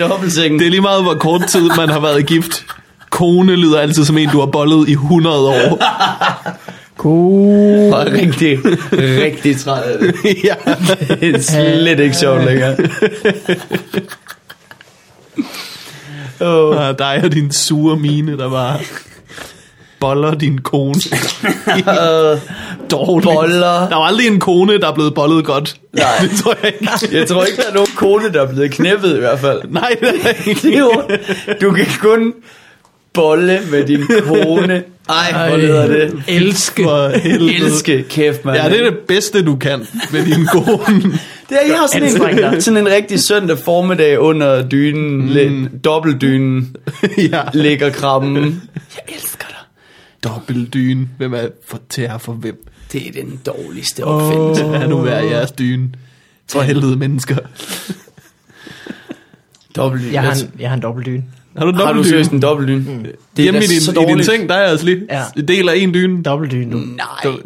dobbeltsengen. Det er lige meget, hvor kort tid man har været gift. Kone lyder altid som en, du har bollet i 100 år. God. var rigtig, rigtig træt af det. ja. Det er slet ikke sjovt længere. Oh. Og dig og din sure mine, der bare boller din kone. Dårligt. Boller. Der var aldrig en kone, der er blevet bollet godt. Nej. Det tror jeg ikke. Jeg tror ikke, der er nogen kone, der er blevet knæppet i hvert fald. Nej, det er der ikke. Jo, du kan kun bolle med din kone. Ej, hvor hedder det? Elske. For helvede. Elske kæft, mand. Ja, det er det bedste, du kan med din kone. Det er, jeg har Anstreng sådan en, dig. sådan en rigtig søndag formiddag under dynen, mm. lidt, dobbeltdynen, ja. ligger krammen. Jeg elsker dig. Dobbeltdyne. Hvem er for, til her for hvem? Det er den dårligste opfindelse. Oh. Lad nu være jeres dyne. For helvede mennesker. Dobbeltdyne. Jeg har en, jeg har en dobbeltdyne. Har du en har du dobbeltdyne? seriøst en dobbeltdyne? Mm. Det Hjemme i din, i din seng, der er altså lige Ja. en del af en dyne. Dobbeltdyne, du. Nej. Du-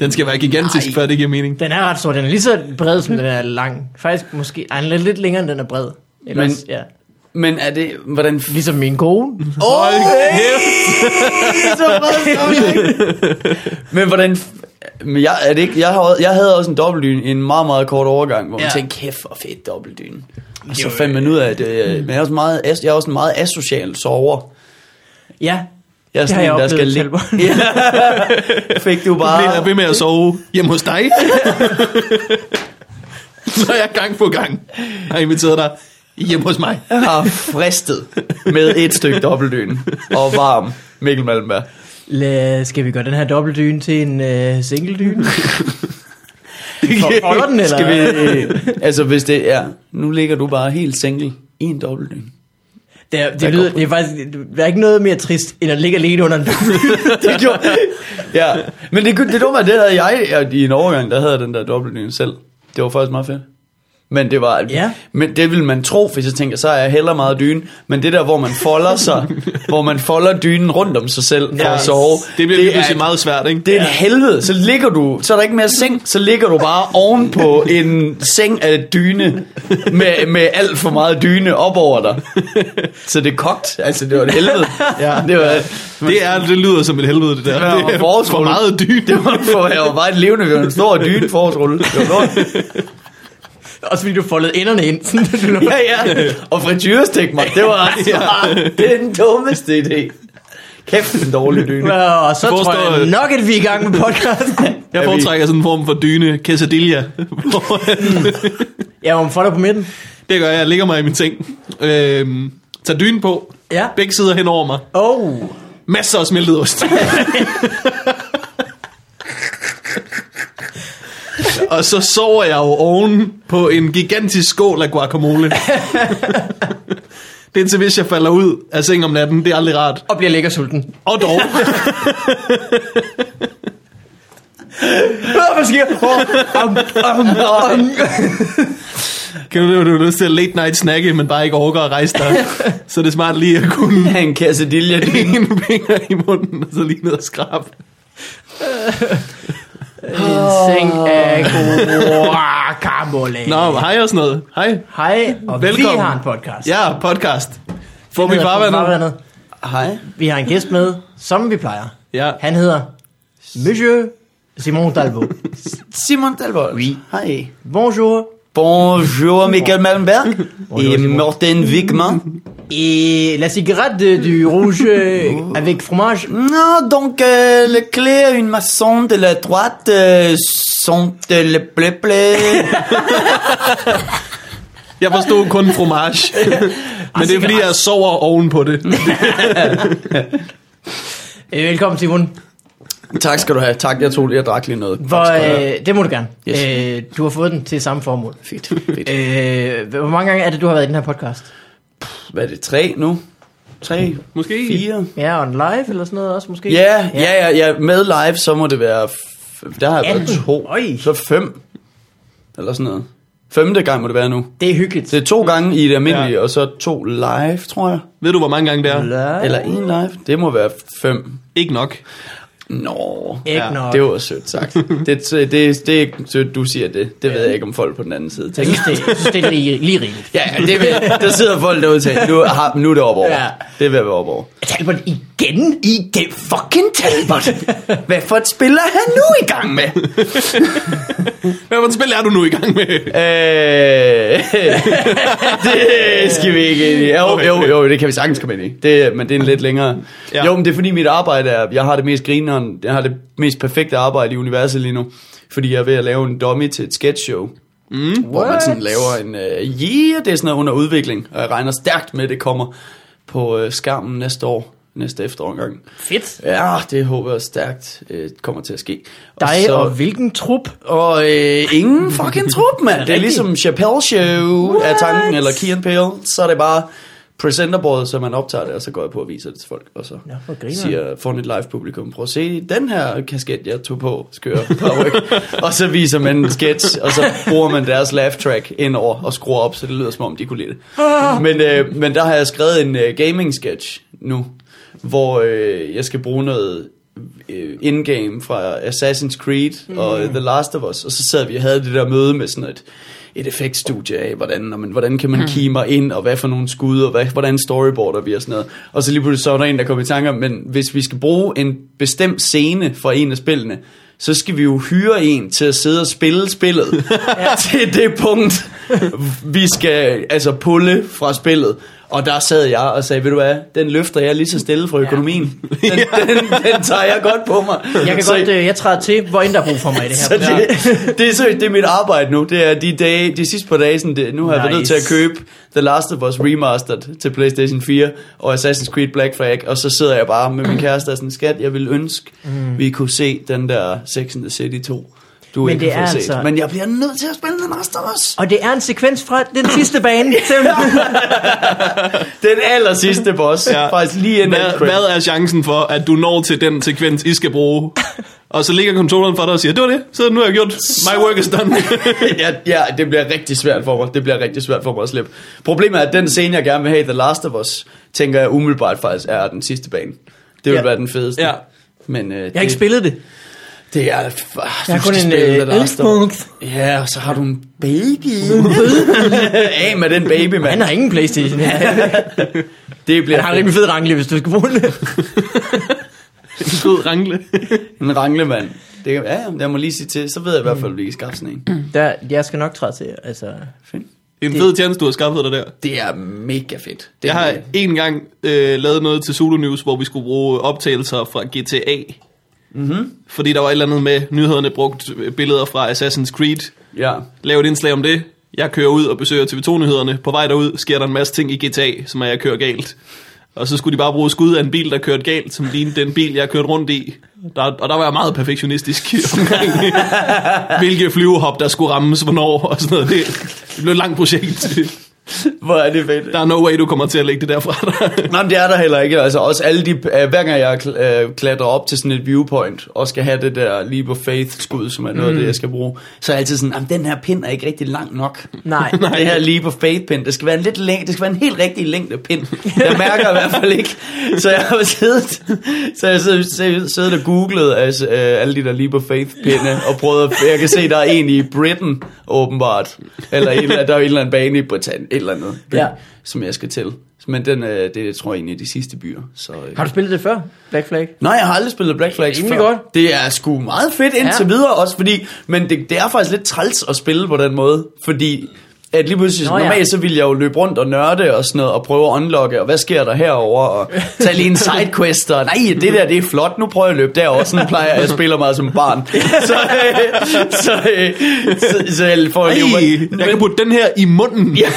Den skal være gigantisk, Nej. før det giver mening. Den er ret stor. Den er lige så bred, som den er lang. Faktisk måske... Ej, den er lidt længere, end den er bred. Ellers, Men- Men... ja. Men er det, hvordan... f- Ligesom min kone. Åh, Hold kæft! så meget sammenhæng. Men hvordan... f- Men jeg, er det ikke, jeg, har, også- jeg havde også en dobbeltdyne i en meget, meget kort overgang, hvor man Ja. ja. tænkte, kæft hvor fedt dobbeltdyne. Og så fandt man ud af, at øh, men jeg, er også meget, as- jeg er også en meget asocial sover. Ja. Jeg er Det har sådan en, jeg der skal oplevet, ligge. Ja. Fik du Jeg bliver bare... ved med at sove hjemme hos dig. Så jeg gang på gang har inviteret dig hjemme hos mig. har fristet med et stykke dobbeltdyne og varm Mikkel Malmberg. Lad, skal vi gøre den her dobbeltdyne til en øh, singledyne? For- Holder den, eller? Skal vi, øh, altså hvis det er, nu ligger du bare helt single i en dobbeltdyne. Det, er, Der det, lyder, går- det er faktisk... Der er ikke noget mere trist, end at ligge alene under en dobbeltdyne. Det gjorde Ja, men det, det dumme er, det havde jeg jeg- i en overgang, der havde jeg den der dobbeltdyne selv. Det var faktisk meget fedt. Men det var, Ja. men det ville man tro, hvis jeg tænker, så er jeg heller meget dyne. Men det der, hvor man folder sig, hvor man folder dynen rundt om sig selv for at Nice. sove. Det bliver lige er pludselig meget svært, ikke? Det er et helvede. Så ligger du, så er der ikke mere seng, så ligger du bare oven på en seng af dyne, med, med alt for meget dyne op over dig. Så det er kogt. Altså, det var et helvede. Ja. Det var, Det, er, det lyder som et helvede, det der. var Det er for forårsrulle. meget dyne. det var, for, jeg var bare et levende, det var en stor dyne forårsrulle. Det var lort. Også fordi du foldede enderne ind. Sådan, at du lå- Ja, ja. Og frityrestik mig. Det var altså bare, det er den dummeste idé. Kæft, en dårlig dyne. Nå, og så Hvor tror står- jeg nok, at vi er i gang med podcasten. Jeg Er vi- foretrækker sådan en form for dyne, quesadilla. Jeg var folder på midten. det gør jeg, jeg ligger mig i min seng. Øhm, tager dynen på. Ja. Begge sider hen over mig. Oh. Masser af smeltet ost. Og så sover jeg jo oven på en gigantisk skål af guacamole. det er til hvis jeg falder ud af sengen om natten. Det er aldrig rart. Og bliver lækker sulten. Og dog. Hvad sker? Oh, um, um, um. Kan du, du, du lyst til at late night snacke, men bare ikke overgår at rejse dig. så det er smart lige at kunne have en quesadilla dyne. en finger i munden, og så lige ned og skrabe. En seng af guacamole. Nå, hej og sådan noget. Hej. Hej, og Velkommen. vi har en podcast. Ja, podcast. Får vi hedder farvandet? Farvandet. Hej. Vi har en gæst med, som vi plejer. Ja. Han hedder Monsieur Simon Dalbo. Simon Dalvold. Oui. Hej. Bonjour. Bonjour Michael Malmberg. Et Simon. Morten Wigman. Et la cigarette du rouge Uh. euh, avec fromage. Non, donc euh, les clés, une maçon de la droite euh, sont euh, les plé Jeg forstod kun fromage. Men det er fordi, jeg sover oven på det. Øh, Velkommen, Simon. tak skal du have. Tak, jeg tog jeg drak lige noget. Hvor, øh, det må du gerne. Yes. Øh, du har fået den til samme formål. Fedt, fedt. Øh, hvor mange gange er det, du har været i den her podcast? Hvad er det, tre nu? Tre? Måske. Fire? Ja, on live eller sådan noget også måske? Ja, ja, ja, ja. Med live, så må det være... F- der har jeg været Atten. to. Oj. Så fem. Eller sådan noget. Femte gang må det være nu. Det er hyggeligt. Det er to gange i det almindelige, Ja. ja. og så to live, tror jeg. Ved du, hvor mange gange det er? Eller en live. Det må være fem. Ikke nok. Nå, Ikke nok. det var sødt sagt. Det, det, det er ikke sødt, du siger det. Det ved jeg ikke, om folk på den anden side Jeg tænker. synes, det, jeg synes, det er lige, lige rigeligt. Ja, ja, det vil, der sidder folk derude og tænker, nu, har, nu er det op over. Ja. Ja. Det vil jeg være op over. Talbot igen? Igen fucking Talbot. Hvad for et spil er han nu i gang med? Hvad for et spil er du nu i gang med? Øh, det skal vi ikke ind i. Jo, jo, jo, det kan vi sagtens komme ind i. Det, men det er en lidt længere. Ja. Ja. Jo, men det er fordi mit arbejde er, jeg har det mest grineren, jeg har det mest perfekte arbejde i universet lige nu. Fordi jeg er ved at lave en dummy til et sketchshow. Mm. Hvor man sådan laver en, uh, yeah, det er sådan noget under udvikling. Og jeg regner stærkt med, at det kommer på uh, skærmen næste år. Næste efterår engang. Fedt. Ja, det håber jeg stærkt øh, kommer til at ske. Dig og hvilken trup? Og øh, ingen fucking trup, mand. Det er ligesom Chappelle Show af tanken, eller Key and Peele. Så er det bare presenterbordet, så man optager det, og så går jeg på og viser det til folk, og så Nå, hvor grineren. siger foran et live publikum, prøv at se den her kasket, jeg tog på, skør paryk. og så viser man en sketch, og så bruger man deres laugh track indover og skruer op, så det lyder som om, de kunne lide det. Men, øh, men der har jeg skrevet en øh, gaming sketch nu, hvor øh, jeg skal bruge noget øh, indgame fra Assassin's Creed mm. og The Last of Us, og så sad vi og havde det der møde med sådan et, et effektstudie af, hvordan, og men, hvordan kan man mm. kime ind, og hvad for nogle skud, og hvad, hvordan storyboarder vi og sådan noget. Og så lige pludselig så var der en, der kom i tanke om, men hvis vi skal bruge en bestemt scene fra en af spillene, så skal vi jo hyre en til at sidde og spille spillet til det punkt, vi skal altså pulle fra spillet. Og der sad jeg og sagde, ved du hvad, den løfter jeg lige så stille fra økonomien. Den, den, den tager jeg godt på mig. Jeg kan så, godt, øh, jeg træder til, hvor end der er brug for mig i det så her. det, det, er, så, det er mit arbejde nu. Det er de, dage, de sidste par dage, sådan det, nu har jeg været nødt til Nice. at købe The Last of Us Remastered til Playstation 4 og Assassin's Creed Black Flag, og så sidder jeg bare med min kæreste og sådan, skat, jeg ville ønske, mm. vi kunne se den der Sex and the City 2. Du Men Men ikke det har er fået set. altså- Altså... Men jeg bliver nødt til at spille The Last of Us. Og det er en sekvens fra den sidste bane. simpelthen. Den aller sidste boss. Ja. ja. Faktisk lige inden Hvad, hvad, hvad er chancen for, at du når til den sekvens, I skal bruge? Og så ligger controlleren for dig og siger, det var det, så nu har jeg gjort, my work is done. ja, ja, det bliver rigtig svært for mig. Det bliver rigtig svært for mig at slippe. Problemet er, at den scene, jeg gerne vil have i The Last of Us, tænker jeg umiddelbart faktisk er den sidste bane. Det vil Ja. ja. være den fedeste. Ja. Men øh, Jeg har ikke det, spillet det. det er... f- ah, Jeg har du kun skal en spille The øh, Last of Us. elspunkt. Ja, og så har du en baby. Af med den baby, Han mand. har ingen Playstation. Det bliver Han har en rimelig fed rangle, hvis du skal bruge det. God rangle. en ranglemand. Det, kan- ja, ja, jeg må lige sige til, så ved jeg i hvert fald, at vi kan skaffe sådan en. Der, jeg skal nok træde til, altså... Fedt. En fed tjeneste, du har skaffet dig der. Det er mega fedt. Det Jeg er har mega- en gang øh, lavet noget til Zulu News, hvor vi skulle bruge optagelser fra GTA. Mm-hmm. Fordi der var et eller andet med, nyhederne brugt øh, billeder fra Assassin's Creed. Ja. Lav et indslag om det. Jeg kører ud og besøger TV2-nyhederne. På vej derud sker der en masse ting i GTA, som er, jeg kører galt. Og så skulle de bare bruge skud af en bil, der kørte galt, som lignede den bil, jeg kørte rundt i. Der, og der var jeg meget perfektionistisk omkring, hvilke flyvehop, der skulle rammes, hvornår og sådan noget. Det, det blev et langt projekt. Hvor er det fedt. Der er no way, du kommer til at lægge det der fra dig. Nej, men det er der heller ikke. Altså også alle de, øh, hver gang jeg kl- øh, klatrer op til sådan et viewpoint, og skal have det der lige på faith-skud, som er noget mm. af det, jeg skal bruge, så er jeg altid sådan, "Jamen, den her pind er ikke rigtig lang nok. Nej. Det her lige på faith-pind, det skal være en lidt længde, det skal være en helt rigtig længde pind. Jeg mærker i hvert fald ikke. Så jeg har siddet, så jeg siddet, siddet, siddet og googlet altså, øh, alle de der lige på faith-pinde, og prøvet at, jeg kan se, der er en i Britain, åbenbart. Eller en, eller- der er jo en eller anden bane i Britann, et eller andet. Ja. Som jeg skal til. Men den, øh, det er, tror jeg egentlig er de sidste byer. Så, øh. Har du spillet det før? Black Flag? Nej, jeg har aldrig spillet Black Flag Rimelig før. godt. Det er sgu meget fedt indtil Ja. ja. videre også, fordi, men det, det er faktisk lidt træls at spille på den måde, fordi at lige pludselig, Nå Nå, ja. normalt så ville jeg jo løbe rundt og nørde og sådan noget, og prøve at unlocke, og hvad sker der herover og tage lige en sidequest, og nej, det der, det er flot, nu prøver jeg at løbe derover sådan plejer jeg, jeg spiller meget som barn. Så, øh, så, øh, så, så, jeg får lige... Ej, jeg kan putte den her i munden. Ja.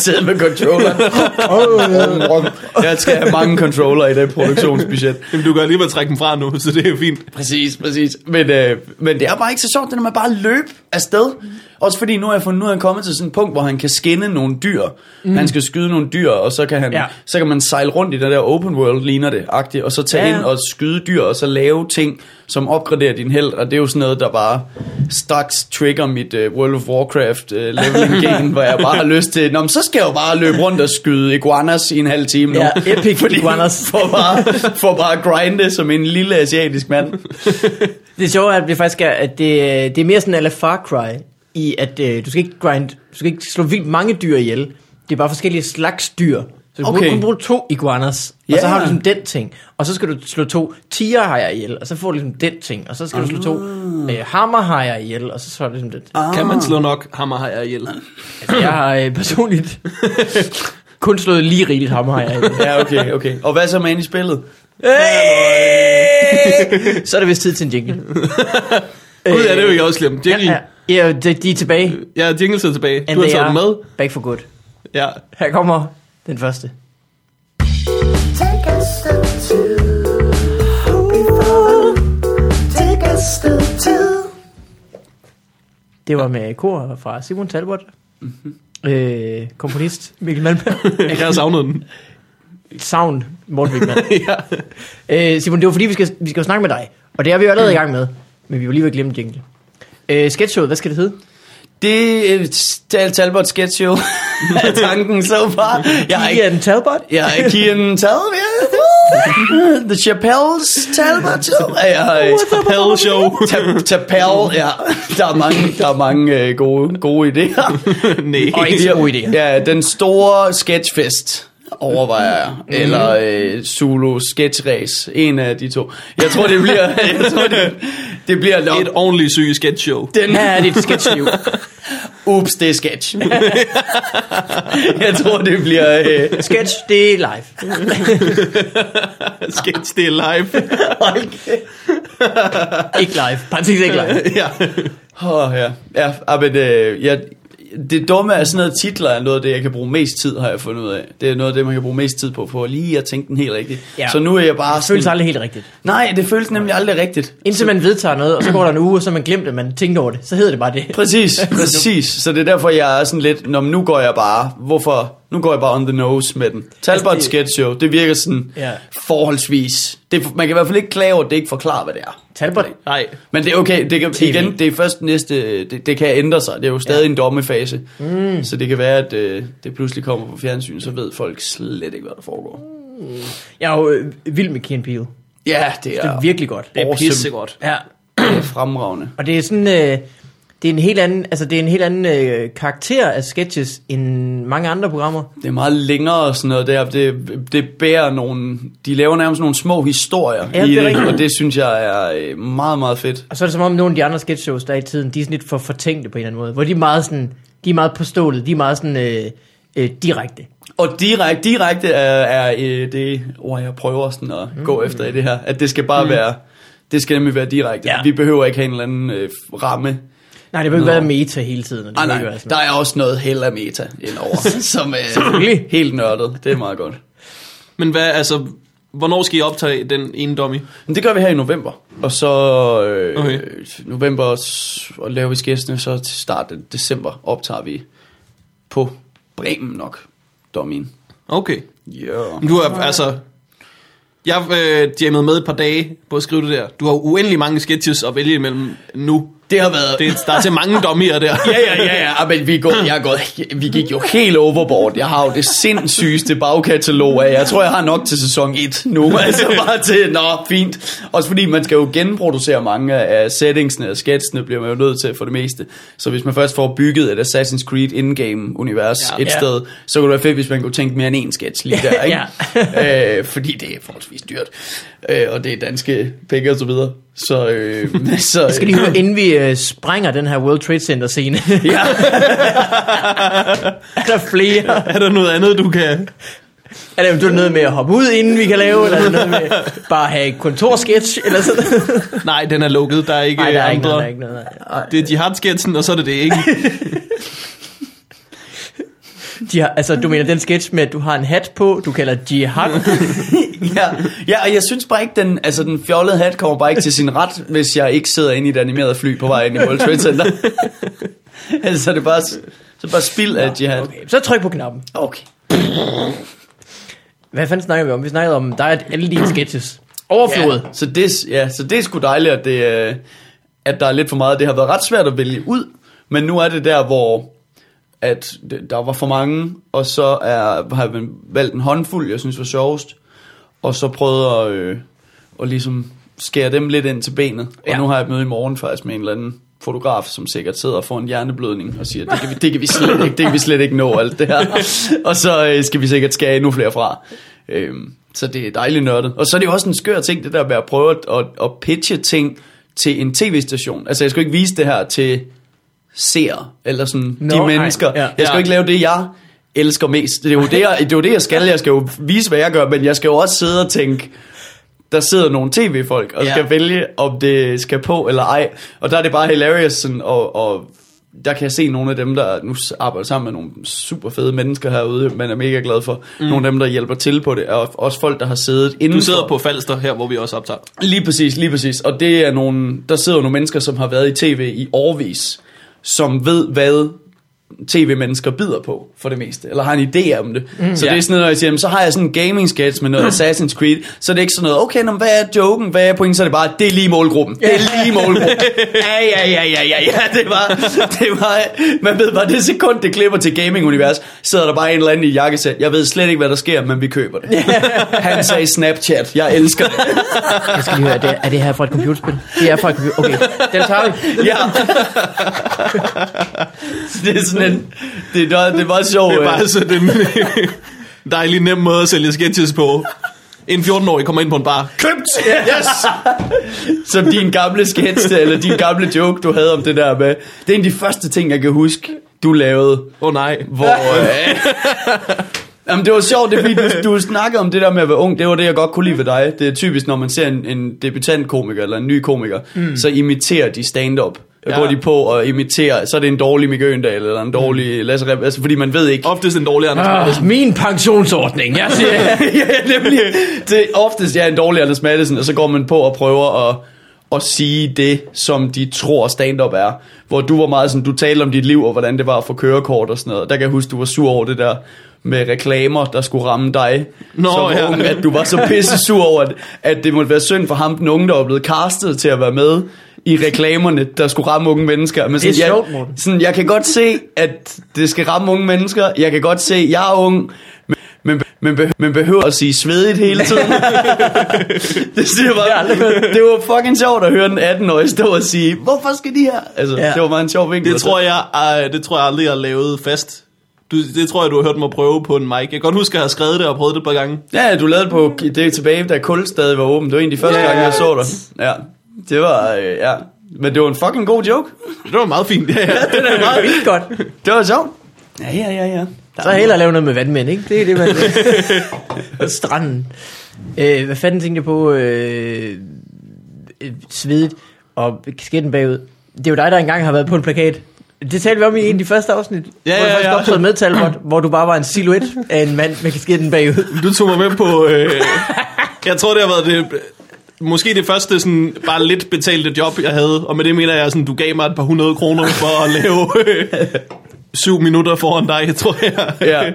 Sidde med controller. Jeg skal have mange controller i det produktionsbudget. Jamen, du kan alligevel trække den fra nu, så det er fint. Præcis, præcis. Men, øh, men det er bare ikke så sjovt, det der med bare at løbe afsted. Også fordi nu har jeg fundet nu er han kommet til sådan et punkt, hvor han kan skinne nogle dyr. Mm. Han skal skyde nogle dyr, og så kan, han, ja. Ja. så kan man sejle rundt i den der open world, ligner det, agtigt, og så tage Ja. ja. ind og skyde dyr, og så lave ting, som opgraderer din held. Og det er jo sådan noget, der bare straks trigger mit uh, World of Warcraft uh, leveling game, hvor jeg bare har lyst til, Nå, men så skal jeg jo bare løbe rundt og skyde iguanas i en halv time nu. Ja, epic iguanas. For bare, for bare at grinde som en lille asiatisk mand. Det sjove er, at det faktisk er, at det, det er mere sådan ala Far Cry, i at øh, du skal ikke grind, du skal ikke slå vildt mange dyr ihjel. Det er bare forskellige slags dyr. Så du okay. Okay. kan kun bruge to iguanas, og Ja. så har du ligesom den ting. Og så skal du slå to tigerhajer ihjel, og så får du ligesom den ting. Og så skal du slå to øh, hammerhajer ihjel, og så får du ligesom den. Ah. Kan man slå nok hammerhajer ihjel? Altså, jeg har øh, personligt kun slået lige rigeligt hammerhajer ihjel. Ja, okay, okay. Og hvad så med ind i spillet? Hey! Så er det vist tid til en jingle. Øh, Gud, ja, det er jo ikke også slemt. Jingle, Ja, ja, ja de, de er tilbage. ja. jingle sidder tilbage. Du har they taget are den med. Back for good. Ja. Her kommer den første. Take a step two before. Take a step two. Det var med kor fra Simon Talbot. Øh, komponist Mikkel Malmberg. Mhm. Jeg har savnet den. Sound Morten Mikkel Malmberg. ja. øh, Simon, det var fordi, vi skal, vi skal jo snakke med dig. Og det er vi jo allerede i gang med. Men vi var lige ved at glemme jingle. Øh, sketchshowet, hvad skal det hedde? Det er et Talbot sketch show. er tanken så far. Jeg har ikke... Ian Talbot? Jeg er Kian Talbot. ja. The Chappelle's Talbot show. Jeg har Hell show. Chappelle, ja. Der er mange, der er mange øh, gode, gode idéer. Nej. Og ikke så gode idéer. Ja, den store sketchfest overvejer jeg. Eller øh, Zulu Sketch Race. En af de to. Jeg tror, det bliver... jeg tror, det, det bliver nok... Et ordentligt sygt sketch show. Den Her er dit sketchliv. Ups, det er sketch. jeg tror, det bliver... Øh, Sketch, det er live. Sketch, det er live. Ikke live. Parenthes ikke live. ja. oh, ja. Ja, ah, men, øh, jeg, det dumme er, at sådan noget titler er noget af det, jeg kan bruge mest tid, har jeg fundet ud af. Det er noget af det, man kan bruge mest tid på, for lige at tænke den helt rigtigt. Ja. Ja. Så nu er jeg bare Det føles sådan, aldrig helt rigtigt. Nej, det føles nemlig aldrig rigtigt. Indtil man vedtager noget, og så går der en uge, og så har man glemt, at man tænkte over det. Så hedder det bare det. Præcis, præcis. Så det er derfor, jeg er sådan lidt, Nå, men nu går jeg bare, hvorfor, nu går jeg bare on the nose med den. Talbot Altså, altså, det- Sketch Show, det virker sådan ja. Ja. forholdsvis. Det, man kan i hvert fald ikke klage over, at det ikke forklarer, hvad det er. Talbot? Nej. Men det er okay, det kan, TV. igen, det er først næste, det, det kan ændre sig, det er jo stadig ja. en dommefase. Mm. Så det kan være, at øh, det pludselig kommer på fjernsyn, så ved folk slet ikke, hvad der foregår. Jeg er jo øh, vild med Keen Peele. Ja, det Det er er, virkelig godt. Det er Awesome. pissegodt. Ja. fremragende. Og det er sådan... Øh, det er en helt anden, altså det er en helt anden øh, karakter af sketches end mange andre programmer. Det er meget længere og sådan noget der. Det, det bærer nogle... De laver nærmest nogle små historier Ja, i det er det, rigtigt. og det synes jeg er øh, meget, meget fedt. Og så er det som om nogle af de andre sketchshows, der er i tiden, de er sådan lidt for fortænkte på en eller anden måde. Hvor de er meget sådan, de er meget på stålet, de er meget sådan øh, øh, direkte. Og direkte direkte er, er øh, det ord, jeg prøver sådan at mm. gå efter i det her. At det skal bare mm. være... Det skal nemlig være direkte. Ja. Ja. Vi behøver ikke have en eller anden øh, ramme. Nej, det vil ikke være meta hele tiden. og Det Ah, behøver nej, ikke være sådan. der er også noget held af meta indover, som er Selvfølgelig. helt nørdet. Det er meget godt. Men hvad, altså, hvornår skal I optage den ene dummy? Men det gør vi her i november. Og så øh, okay. Okay. november s- og laver vi skæsene, så til start af december optager vi på Bremen nok, Domin. Okay. Yeah. Men du har, altså... Jeg øh, jammede med et par dage på at skrive det der. Du har uendelig mange sketches at vælge imellem nu. Det har været... Det, er- der er til mange dummier der. Ja, ja, ja, ja, Ah, men vi, er gået, jeg er gået, vi gik jo helt overboard. Jeg har jo det sindssygeste bagkatalog af, jeg tror, jeg har nok til sæson 1 nu. Altså bare til, nå, fint. Også fordi man skal jo genproducere mange af settingsene og sketsene, bliver man jo nødt til for det meste. Så hvis man først får bygget et Assassin's Creed in-game-univers ja, Ja. et ja. sted, så kunne det være fedt, hvis man kunne tænke mere end én sketch lige der, ikke? ja. øh, fordi det er forholdsvis dyrt, øh, og det er danske penge og så videre. Så, øh, så Jeg skal lige høre, inden vi øh, sprænger den her World Trade Center scene, Ja. er der flere? Er der noget andet, du kan... Er der eventuelt noget med at hoppe ud, inden vi kan lave? Eller er der noget med bare at have et kontorsketch? Eller sådan noget? Nej, den er lukket. Der er ikke Nej, der er andre. ikke noget, der er ikke noget. Det er jihad-sketsen, og så er det det, ikke? De har, altså, du mener den sketch med, at du har en hat på, du kalder jihad. ja, ja, og jeg synes bare ikke, den, altså, den fjollede hat kommer bare ikke til sin ret, hvis jeg ikke sidder inde i et animeret fly på vej ind i World Trade Center. Ellers er det bare, så er det bare spild af jihad. Okay, så tryk på knappen. Okay. Hvad fanden snakker vi om? Vi snakkede om, der er alle dine sketches. Overflod. Ja, så det, ja, så det er sgu dejligt, at, det, øh, at der er lidt for meget. Det har været ret svært at vælge ud, men nu er det der, hvor at det- der var for mange, og så er, har man valgt en håndfuld, jeg synes var sjovest, og så prøvet at, øh, at ligesom skære dem lidt ind til benet. Og Ja. nu har jeg et møde i morgen faktisk med en eller anden fotograf, som sikkert sidder og får en hjerneblødning og siger, det kan vi, det kan vi, slet, ikke, det kan vi slet ikke nå alt det her. og så øh, skal vi sikkert skære endnu flere fra. Øhm, så det er dejligt nørdet. Og så er det jo også en skør ting, det der med at prøve at, at, at pitche ting til en tv-station. Altså jeg skal ikke vise det her til ser, eller sådan Nå, no, de nej. mennesker. Ja. Ja. Jeg skal jo ikke lave det, jeg elsker mest. Det er, jo det, jeg, det er jo det, jeg skal. Jeg skal jo vise, hvad jeg gør, men jeg skal jo også sidde og tænke, der sidder nogle tv-folk og Ja. ja. skal vælge, om det skal på eller ej. Og der er det bare hilarious, sådan, og, og der kan jeg se nogle af dem, der nu arbejder sammen med nogle super fede mennesker herude, man er mega glad for. Mm. Nogle af dem, der hjælper til på det, og også folk, der har siddet inden Du sidder på Falster, her hvor vi også optager. Lige præcis, lige præcis. Og det er nogle, der sidder nogle mennesker, som har været i tv i årvis, som ved, hvad tv-mennesker bider på, for det meste. Eller har en idé om det. Mm, så ja. det er sådan noget, når jeg siger, "Jamen, så har jeg sådan en gaming sketch med noget Assassin's Creed, så er det ikke sådan noget, okay, nå, men hvad er joken, hvad er pointen, så er det bare, det er lige målgruppen. Det er lige målgruppen. ja, ja, ja, ja, ja, ja, det var, det var, man ved bare, det sekund, det klipper til gaming-univers, sidder der bare en eller anden i et jakkesæt. Jeg ved slet ikke, hvad der sker, men vi køber det. Han sagde Snapchat. Jeg elsker det. Jeg skal lige høre, er det, er det her fra et computerspil? Det er fra et computerspil. Okay, den tager vi. Ja. det er sådan en, det er, noget- det er meget sjovt. Det er øh, bare sådan en dejlig nem måde at sælge sketches på. En 14-årig kommer ind på en bar. købt. Yes. Som din gamle sketch, eller din gamle joke, du havde om det der med. Det er en af de første ting, jeg kan huske, du lavede. Åh oh, nej. Hvor, øh, Jamen, det var sjovt, det er, fordi du, du snakkede om det der med at være ung. Det var det, jeg godt kunne lide ved dig. Det er typisk, når man ser en, en debutantkomiker eller en ny komiker, mm. så imiterer de stand-up. Ja. Går de på og imiterer, så er det en dårlig Mikke Øndal, eller en dårlig Lasse Reb, altså fordi man ved ikke, Oftest en dårlig Anders Magnus. Ah, min pensionsordning, jeg siger. ja, nemlig. Det er oftest, jeg er en dårlig Anders Madsen, og så går man på og prøver at, at sige det, som de tror stand-up er. Hvor du var meget sådan, du talte om dit liv, og hvordan det var at få kørekort og sådan noget. Der kan jeg huske, du var sur over det der med reklamer, der skulle ramme dig Nå, som ja. ung, at du var så pisse sur over, at, at det måtte være synd for ham, den unge, der var blevet castet til at være med i reklamerne, der skulle ramme unge mennesker. Men Det er sådan, sjovt, jeg, Morten. sådan, jeg kan godt se, at det skal ramme unge mennesker. Jeg kan godt se, at jeg er ung, men, men, men, beh- men behøver at sige svedigt hele tiden. det, siger bare, det var fucking sjovt at høre den 18-årige stå og sige, hvorfor skal de her? Altså, Ja. ja. Det var meget en sjov vinkel. Det tror jeg, ej, det tror jeg aldrig, jeg har lavet fast. Du, det tror jeg, du har hørt mig prøve på en mic. Jeg kan godt huske, at jeg har skrevet det og prøvet det et par gange. Ja, du lavede det på det er tilbage, da kul stadig var åben. Det var en af de første yeah. gange, jeg så dig. Ja, det var, øh, ja. Men det var en fucking god joke. Det var meget fint. Ja, ja. Det er meget vildt godt. Det var sjovt. Ja, ja, ja, ja. Så hellere lave noget med vandmænd, ikke? Det er det, man... Og Stranden. Øh, hvad fanden tænkte jeg på? Øh, øh, svedet og skætten bagud. Det er jo dig, der engang har været på en plakat. Det talte vi om i en af de første afsnit, Ja, hvor du ja, faktisk ja. optrædede med Talbot, hvor du bare var en silhuet af en mand med kasketten bagud. Du tog mig med på... Øh, jeg tror, det har været det... Måske det første sådan, bare lidt betalte job, jeg havde. Og med det mener jeg, sådan, du gav mig et par hundrede kroner for at lave øh, syv minutter foran dig, tror jeg. Ja.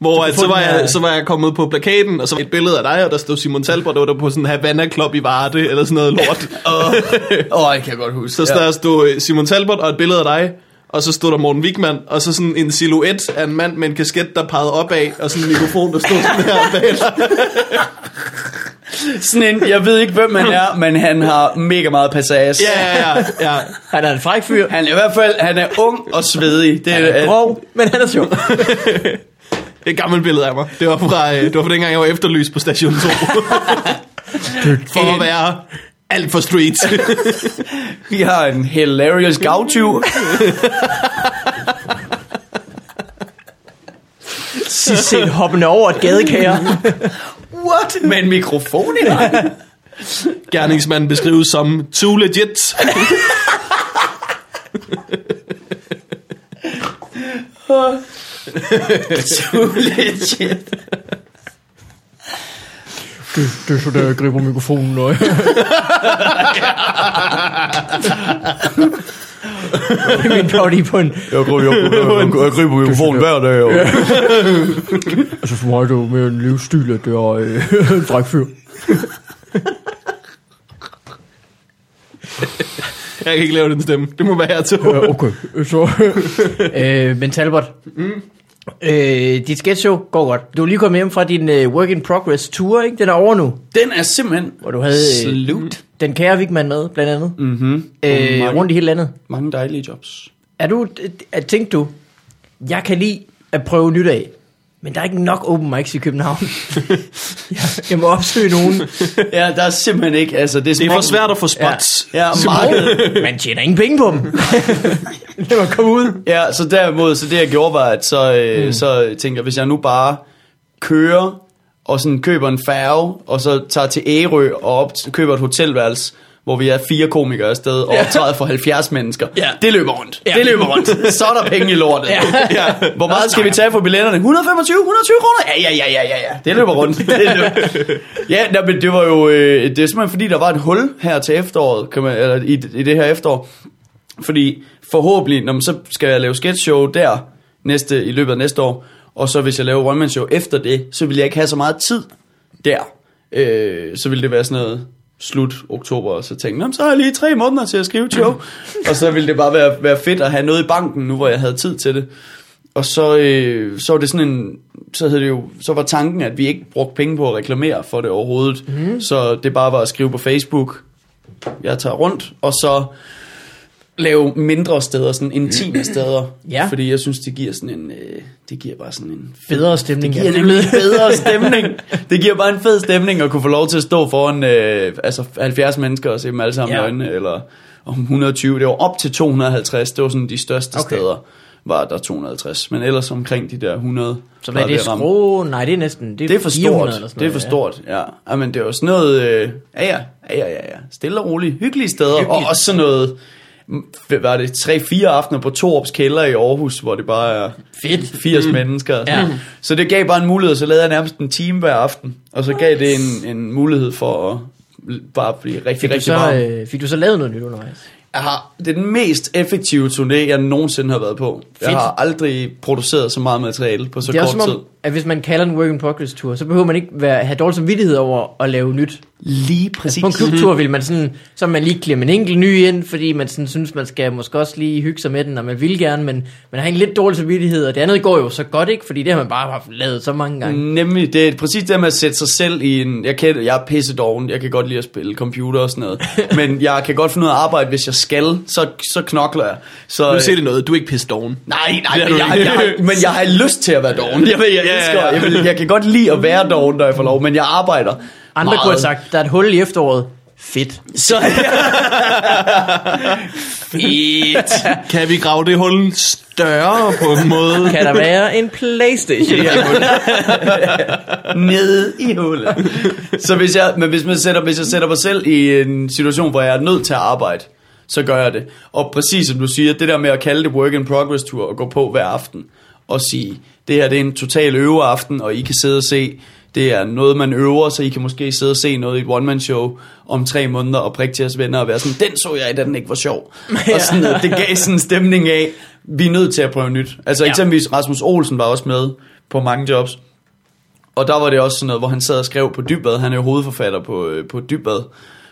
Hvor at, så, få var den her- jeg, så var jeg kommet på plakaten, og så var et billede af dig, og der stod Simon Talbot, og der var på sådan en Havana Club i Varde, eller sådan noget lort. Åh, oh, jeg kan jeg godt huske. Så stod der stod øh, Simon Talbot og et billede af dig, og så stod der Morten Wigman, og så sådan en silhuet af en mand med en kasket, der pegede opad, og sådan en mikrofon, der stod sådan her bag dig. ja. Sådan en, jeg ved ikke, hvem han er, men han har mega meget passage. Ja, ja, ja. ja. Han er en fræk fyr. Han er i hvert fald, han er ung og svedig. Det er, Grov, men han er sjov. Det er et gammelt billede af mig. Det var fra, øh, det var fra dengang, jeg var efterlyst på station 2. for at være alt for street. vi har en hilarious gavtyv. Sidst set hoppende over et gadekære. What? Med en mikrofon i hånden. Gerningsmanden beskrives som too legit. Too legit. Det, det er så der, jeg griber mikrofonen, og min body på en... Jeg griber, jeg, jeg, jeg griber mikrofonen hver dag. Og... Altså for mig er det jo mere en livsstil, at det er øh, en drækfyr. Jeg kan ikke lave den stemme. Det må være her til. Ja, okay. Så, øh, men Talbot, mm. øh, dit sketchshow går godt. Du er lige kommet hjem fra din øh, Work in Progress tour, ikke? Den er over nu, Den er simpelthen hvor du havde øh, slut. den kære Vigman med, blandt andet, mm. Mm-hmm. øh, rundt i hele landet. Mange dejlige jobs. Er du, at tænkte du, jeg kan lide at prøve nyt af, men der er ikke nok open mics i København. jeg, jeg må opsøge nogen. Ja, der er simpelthen ikke, altså det er, Det er for svært. svært at få spots. Ja, markedet. Man tjener ingen penge på dem. det var komme ud. Ja, så derimod, så det jeg gjorde var, at så, øh, mm. så tænkte jeg, hvis jeg nu bare kører og sådan køber en færge, og så tager til Ærø og op, køber et hotelværelse, hvor vi er fire komikere afsted og optræder for 70 mennesker. Ja. Det løber rundt. Ja. Det løber rundt. Så er der penge i lortet. Ja. Ja. Hvor meget skal vi tage for billetterne? 125? 120 kroner? Ja, ja, ja, ja, ja, ja. Det løber rundt. Det løber. Ja, nej, men det var jo... Øh, det er simpelthen fordi, der var et hul her til efteråret, kan man, eller i, i det her efterår. Fordi forhåbentlig, når man, så skal jeg lave sketchshow der næste, i løbet af næste år. Og så hvis jeg laver one man show efter det, så vil jeg ikke have så meget tid der. Øh, så vil det være sådan noget slut oktober, og så tænkte jeg, "Nå, så har jeg lige tre måneder til at skrive et show. og så ville det bare være, være fedt at have noget i banken nu, hvor jeg havde tid til det. Og så, øh, så var det sådan en, så, hed det jo, så var tanken, at vi ikke brugte penge på at reklamere for det overhovedet. Mm. Så det bare var at skrive på Facebook, jeg tager rundt, og så lave mindre steder, sådan intime steder. Ja. Fordi jeg synes, det giver sådan en, øh, det giver bare sådan en fed Bedre stemning. det giver nemlig en bedre stemning. Det giver bare en fed stemning at kunne få lov til at stå foran øh, altså 70 mennesker og se dem alle sammen ja. Ja. i øjnene, eller om 120. Det var op til 250. Det var sådan de største okay. Okay. steder, var der 250. Men ellers omkring de der 100. Så var hvad er det? at ramme. Skrå? Nej, det er næsten... Det er for 400 stort. eller sådan Det er for noget, ja. stort, ja. ja. men det er jo sådan noget, øh, ja, ja, ja, ja, ja, stille og roligt, hyggelige steder, Hyggeligt. og Hyggeligt. også sådan noget, hvad var det, 3-4 aftener på Torps kælder i Aarhus, hvor det bare er Fedt. 80 mm. mennesker. Ja. Ja. Så det gav bare en mulighed, så lavede jeg nærmest en time hver aften, og så gav det en, en mulighed for at bare blive rigtig, Fik du, rigtig så, varm. øh, fik du så lavet noget nyt undervejs? Jeg har, det er den mest effektive turné, jeg nogensinde har været på. Jeg Fedt. har aldrig produceret så meget materiale på så Det er kort også som tid. om, at hvis man kalder en work in progress tour, så behøver man ikke være, have dårlig samvittighed over at lave nyt. Lige præcis. På en klubtur vil man sådan, så vil man lige klemme en enkelt ny ind, fordi man sådan synes, man skal måske også lige hygge sig med den, og man vil gerne, men man har en lidt dårlig samvittighed, og det andet går jo så godt, ikke? Fordi det har man bare haft lavet så mange Mm. gange. Nemlig, det er præcis det med at sætte sig selv i en... Jeg, kan, jeg er pisse doven, jeg kan godt lide at spille computer og sådan noget. men jeg kan godt finde ud af at arbejde, hvis jeg skal, så, så knokler jeg. Så, Nu siger det noget. Du er ikke pisse doven. Nej, Det er nej, du men jeg, jeg, ikke. jeg, men jeg har lyst til at være doven. Jeg, ved, jeg, Ja, ja, elsker, ja. jeg, vil, jeg kan godt lide at være doven, når jeg får lov, men jeg arbejder Andre meget. kunne have sagt, der er et hul i efteråret. Fedt. Så, Fedt. Kan vi grave det hul større på en måde? Kan der være en Playstation? Nede i hullet. Så hvis jeg, men hvis, man sætter, hvis jeg sætter mig selv i en situation, hvor jeg er nødt til at arbejde, så gør jeg det. Og præcis som du siger, det der med at kalde det work in progress tour og gå på hver aften og sige, det her det er en total øveaften, og I kan sidde og se, det er noget, man øver, så I kan måske sidde og se noget i et one-man-show om tre måneder og prikke til jeres venner og være sådan, den så jeg i, da den ikke var sjov. Og sådan noget, det gav sådan en stemning af, vi er nødt til at prøve nyt. Altså Ja. eksempelvis Rasmus Olsen var også med på mange jobs, og der var det også sådan noget, hvor han sad og skrev på Dybbad. Han er jo hovedforfatter på, øh, på Dybbad.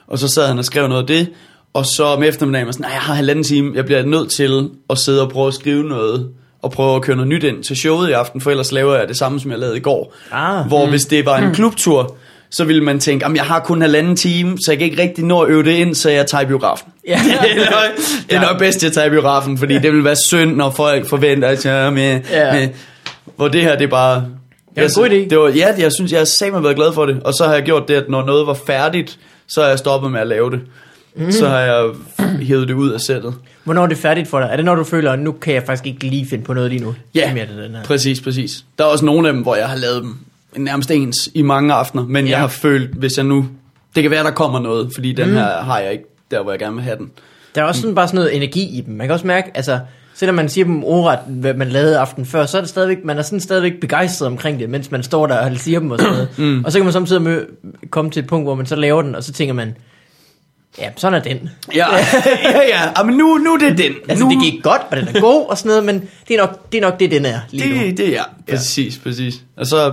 Og så sad han og skrev noget af det. Og så om eftermiddagen var sådan, "Ej, jeg har halvanden time. Jeg bliver nødt til at sidde og prøve at skrive noget. Og prøve at køre noget nyt ind til showet i aften. For ellers laver jeg det samme, som jeg lavede i går. Ah. hvor hvis det var en klubtur, så ville man tænke, at jeg har kun halvanden time, så jeg kan ikke rigtig nå at øve det ind, så jeg tager i biografen. Ja. det er nok, det er nok bedst, at jeg tager i biografen, fordi det vil være synd, når folk forventer, at jeg er med. Ja. med. Hvor det her, det er bare... Det er en Jeg- god idé. Det var, ja, jeg synes, jeg har sammen været glad for det. Og så har jeg gjort det, at når noget var færdigt, så har jeg stoppet med at lave det. Mm. Så har jeg hævet det ud af sættet. Hvornår er det færdigt for dig? Er det når du føler, at nu kan jeg faktisk ikke lige finde på noget lige nu? Ja, Som jeg er det, den her. præcis, præcis. Der er også nogle af dem, hvor jeg har lavet dem nærmest ens i mange aftener. Men ja. Ja. Mm. jeg har følt, hvis jeg nu... Det kan være, der kommer noget, fordi den her har jeg ikke der, hvor jeg gerne vil have den. Der er også sådan bare sådan noget energi i dem. Man kan også mærke, altså, selvom man siger dem ordret, hvad man lavede aften før, så er det stadigvæk, man er sådan stadigvæk begejstret omkring det, mens man står der og siger dem og sådan noget. mm. Og så kan man samtidig mø- komme til et punkt, hvor man så laver den, og så tænker man, ja, sådan er den. Ja, ja, ja. Jamen, nu, nu er det den. Altså, nu, det gik godt, og den er god og sådan noget, men det er nok det, er nok det den er lige nu. Det, det er ja. Præcis, præcis. Og så,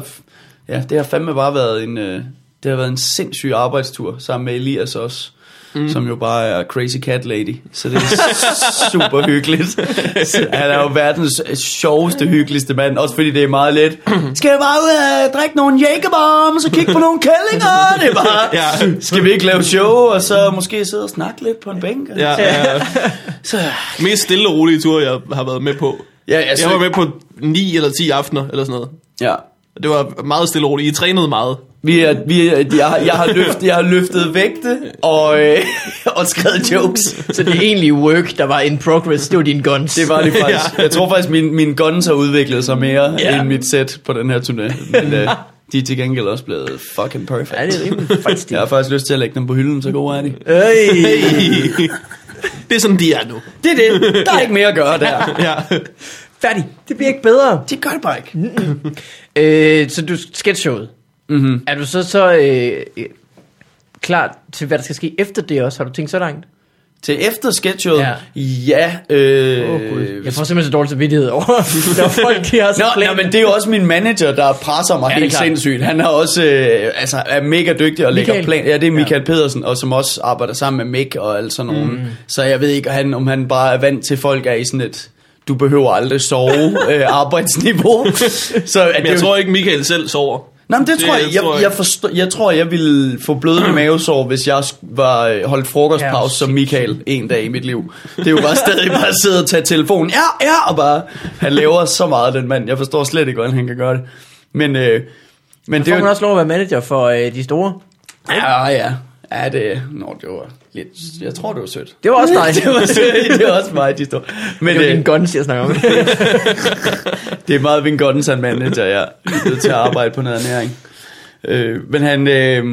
ja, det har fandme bare været en, øh, det har været en sindssyg arbejdstur, sammen med Elias også. Mm. som jo bare er crazy cat lady, så det er super hyggeligt. Så Han er jo verdens øh, sjoveste, hyggeligste mand, også fordi det er meget let. Skal vi bare ud og drikke nogle jækkerbombs og kigge på nogle kællinger? Det er bare, Ja. ja. skal vi ikke lave show, og så måske sidde og snakke lidt på en bænk? og- Ja, ja, ja. Så, Mest stille og rolige tur, jeg har været med på. ja, altså, Jeg var med på 9 eller 10 aftener, eller sådan noget. ja. Det var meget stille og roligt. I trænede meget. Vi er, vi er, jeg, har- jeg, har løft, jeg har løftet vægte og, øh, og skrevet jokes. Så det egentlige work, der var in progress, det var dine guns. Det var det faktisk. Jeg tror faktisk, min, min guns har udviklet sig mere Ja. yeah. end mit sæt på den her turné. Men øh, de er til gengæld også blevet fucking perfect. Ja, det er rimelig faktisk det. jeg har faktisk lyst til at lægge dem på hylden, så gode er de. Øj. Hey. Det er sådan, de er nu. Det er det. Der er ikke mere at gøre der. Ja. Færdig. Det bliver ikke bedre. Det gør det bare ikke. Øh, så du sketchshowet. Mm-hmm. Er du så så øh, øh, klar til, hvad der skal ske efter det også? Har du tænkt så langt? Øh, Til efter sketchet, Ja. ja, ja øh, Øh, jeg får simpelthen så dårlig samvittighed over, når folk de har så Nå, nej, men det er jo også min manager, der presser mig Ja, det ja, er helt klart. sindssygt. Han er også øh, altså, er mega dygtig og lægger Michael. plan. Ja, det er Michael ja. Pedersen, og som også arbejder sammen med Mick og alt sådan nogen. Mm. Så jeg ved ikke, om han, om han bare er vant til, at folk er i sådan et, du behøver aldrig sove øh, arbejdsniveau. Så at Men jeg tror ikke, Michael selv sover. Nå, men det, Det tror jeg, jeg, tror jeg. jeg, forstår, jeg tror, jeg ville få blødende mavesår, hvis jeg sk- var øh, holdt Ja, frokostpause som Michael en dag i mit liv. Det er jo bare stadig bare at sidde og tage telefonen. Ja, ja, og bare, han laver så meget, den mand. Jeg forstår slet ikke, hvordan han kan gøre det. Men, øh, men det Får er man jo... også lov at være manager for øh, de store? Ja, ja. Ja, det, nå, det var lidt... Jeg tror, det var sødt. Det var også dig. det, var sødt. det var også mig, de står. Det Men, er jo øh, dine guns, jeg snakker om. Det er meget Vin Goddens, han manager, ja. Vi er nødt til at arbejde på noget ernæring. Øh, men han... Øh,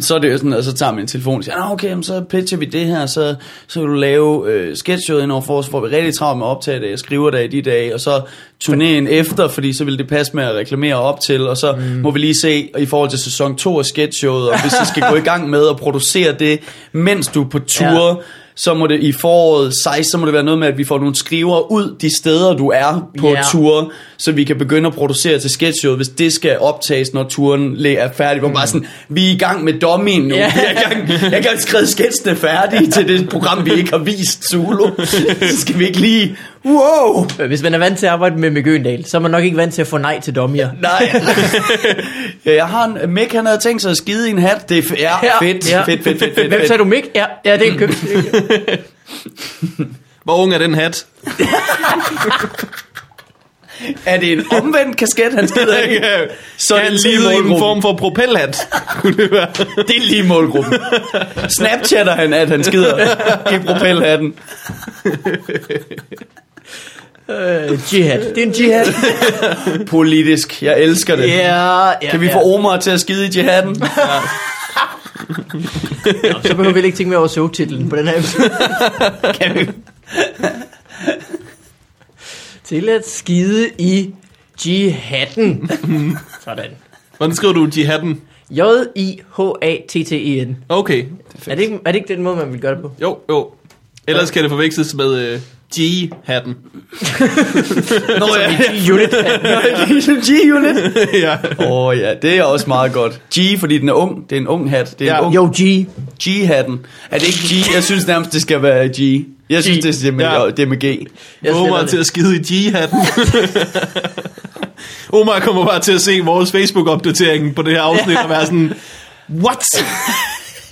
så er det jo sådan, at så tager min telefon og siger, "Nå, okay, jamen, så pitcher vi det her, så, så vil du lave øh, sketchshowet indover for os, hvor vi er rigtig travlt med at optage det, jeg skriver det i de dage, og så turnéen efter, fordi så vil det passe med at reklamere op til, og så mm. må vi lige se i forhold til sæson 2 af sketchshowet, og hvis I skal gå i gang med at producere det, mens du er på tur, Ja. ja. så må det i foråret 16, så må det være noget med, at vi får nogle skriver ud de steder, du er på Ja. yeah. tur, så vi kan begynde at producere til sketchshowet, hvis det skal optages, når turen læ- er færdig. Hvor mm. bare sådan, vi er i gang med dummien nu. Ja. Yeah. Jeg kan jeg har ikke skrevet sketsene færdige til det program, vi ikke har vist solo. Så skal vi ikke lige... Wow! Hvis man er vant til at arbejde med Mick Øgendal, så er man nok ikke vant til at få nej til dommer. Nej. Ja, jeg har en... Mick, han havde tænkt sig at skide i en hat. Det er f- ja, Ja. fedt, Ja. ja. fedt, fedt, fedt, fedt, Hvem fedt. sagde du Mick? Ja, ja det er en køb. Hvor ung er den hat? Er det en omvendt kasket, han skider i? Så Så er er han det lige livet i en målgruppen. form for propelhat, kunne det være. Det er lige målgruppen. Snapchatter han, at han skider i propelhatten. Øh, jihad. Det er en jihad. Politisk. Jeg elsker det. Ja, ja, Kan vi ja. få Omar til at skide i jihaden? Så behøver vi ikke tænke mere over showtitlen på den her episode. Kan vi? Til at skide i jihatten. Sådan. Hvordan skriver du jihaden? J-I-H-A-T-T-E-N. Okay. Er det, ikke, er det ikke den måde, man vil gøre det på? Jo, jo. Ellers kan det forveksles med øh, G-hatten. Nå ja. Unit. G-unit. ja. Åh oh, ja, det er også meget godt. G, fordi den er ung. Det er en ung hat. Det er Ja. en ung Jo, G. G-hatten. Er det ikke G? Jeg synes nærmest, det skal være G. Jeg synes, G. det er med, Ja. ja. det er med G. Jeg sletter Omar det. til at skide i G-hatten. Omar kommer bare til at se vores Facebook-opdatering på det her afsnit og være sådan, what?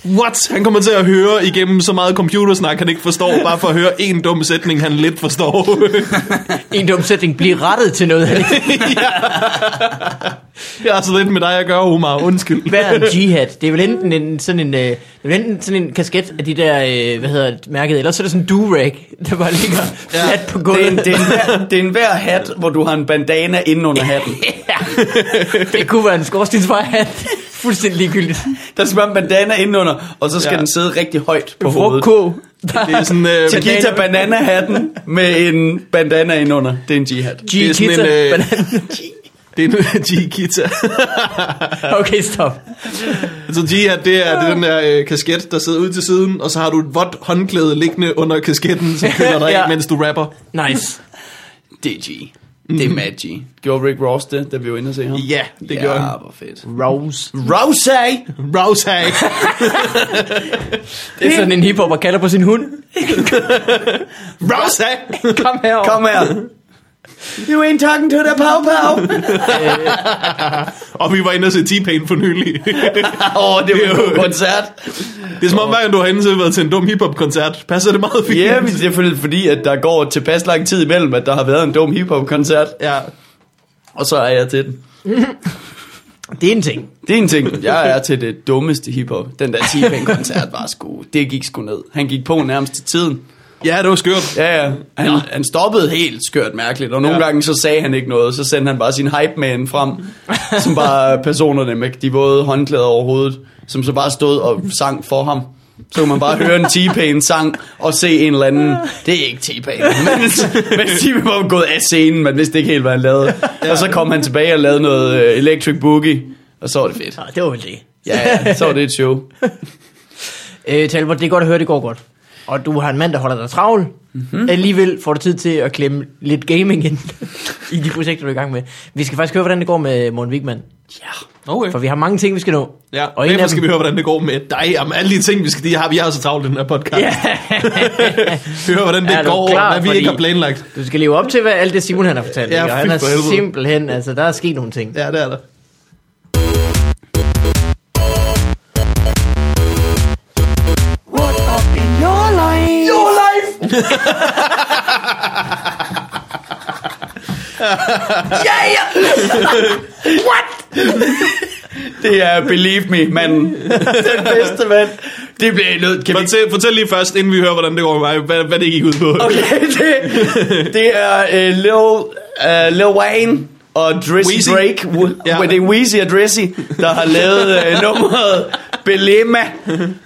What? Han kommer til at høre igennem så meget computersnak, han ikke forstår, bare for at høre en dum sætning, han lidt forstår. En dum sætning bliver rettet til noget. Jeg har så lidt med dig at gøre, Omar. Undskyld. Hvad er en jihad? Det er vel enten en, sådan en, øh, det er vel enten sådan en kasket af de der, øh, hvad hedder det, mærket, eller så er det sådan en durag, der bare ligger fladt på Det er, en, gulvet. det, er en hver, det er en hver hat, hvor du har en bandana inde under hatten. Ja. det kunne være en skorstensfejhat. fuldstændig ligegyldigt. Der skal man bandana indenunder, og så skal Ja. ja. den sidde rigtig højt på hovedet. Rokko. Det er sådan, øh, Chiquita banana-hatten med en bandana indenunder. Det er en jihad. det er sådan en, øh, Chiquita. det er en G-guitar. Okay, stop. Så jihad, det er, det er den der øh, kasket, der sidder ud til siden, og så har du et vådt håndklæde liggende under kasketten, som køler dig ja. Ja. af, mens du rapper. Nice. Det er G. Det er Mad G. Gjorde Rick Ross det, da vi var inde og se ham? Ja, det gjorde ja, han. hvor fedt. Rose. Rosé! Rousey! Det er sådan en hiphopper kalder på sin hund. Rousey! Kom herover. Kom her. You ain't talking to the pow pow. og vi var inde og se T-Pain for nylig. Åh, oh, det var jo en god koncert. det er som om, hver gang du har inde til været til en dum hiphop-koncert, passer det meget fint. Ja, men det er fordi- fordi, at der går tilpas lang tid imellem, at der har været en dum hiphop-koncert, ja. og så er jeg til den. Det er en ting. Det er en ting. Jeg er til det dummeste hiphop. Den der T-Pain-koncert var sgu... Det gik sgu ned. Han gik på nærmest til tiden. ja, det var skørt. Ja, ja. Han, han stoppede helt skørt mærkeligt, og nogle Ja. ja. gange så sagde han ikke noget, så sendte han bare sin hype man frem, som bare personerne med de våde håndklæder over hovedet, som så bare stod og sang for ham. Så kunne man bare høre en T-Pain sang og se en eller anden, det er ikke T-Pain, mens, mens T-Pain var gået af scenen, man vidste ikke helt, hvad han lavede. Og så kom han tilbage og lavede noget øh, Electric Boogie, og så var det fedt. Nå, det var vel det. Ja, ja, så var det et show. Øh, Talbot, det er godt at høre, det går godt. Og du har en mand, der holder dig travl. Mhm. Mm-hmm. Alligevel får du tid til at klemme lidt gaming ind i de projekter, du er i gang med. Vi skal faktisk høre, hvordan det går med Morten Wigman. Okay. For vi har mange ting, vi skal nå. Ja, og og en derfor af skal dem, vi høre, hvordan det går med dig. Om alle de ting, vi skal... De har, vi har så travlt i den her podcast. Ja. Vi hører, hvordan det Er du går, klar, og hvad vi fordi- ikke har planlagt. du skal leve op til, hvad alt det Simon han har fortalt. Ja, ikke? og fy han er for helvede. simpelthen, altså der er sket nogle ting. Ja, det er der. What up in your life? Your life! Det er Believe Me, manden. Den bedste mand. Det bliver I nødt. Kan vi Fortæl, fortæl lige først, inden vi hører, hvordan det går med mig, hvad, hvad det gik ud på. Okay, det, det er uh, Lil, uh, Lil Wayne og Drizzy Weezy. Weezy. Drake. W- Ja. ja. Det er Weezy og Drizzy, der har lavet uh, nummeret Belema.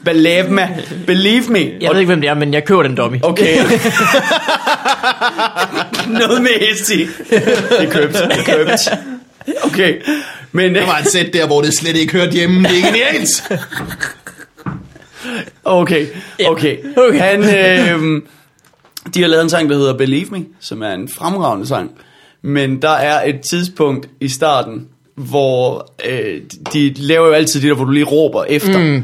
Belema. Believe Me. Jeg ved ikke, hvem det er, men jeg køber den dummy. Okay. Noget med hesti. Det købt. Det købt. Okay. Men, Der var et sæt der, hvor det slet ikke hørte hjemme. Det er genialt. Okay, okay. Okay. okay. Han, øh, de har lavet en sang, der hedder Believe Me, som er en fremragende sang. Men der er et tidspunkt i starten, hvor øh, de laver jo altid det der, hvor du lige råber efter. Mm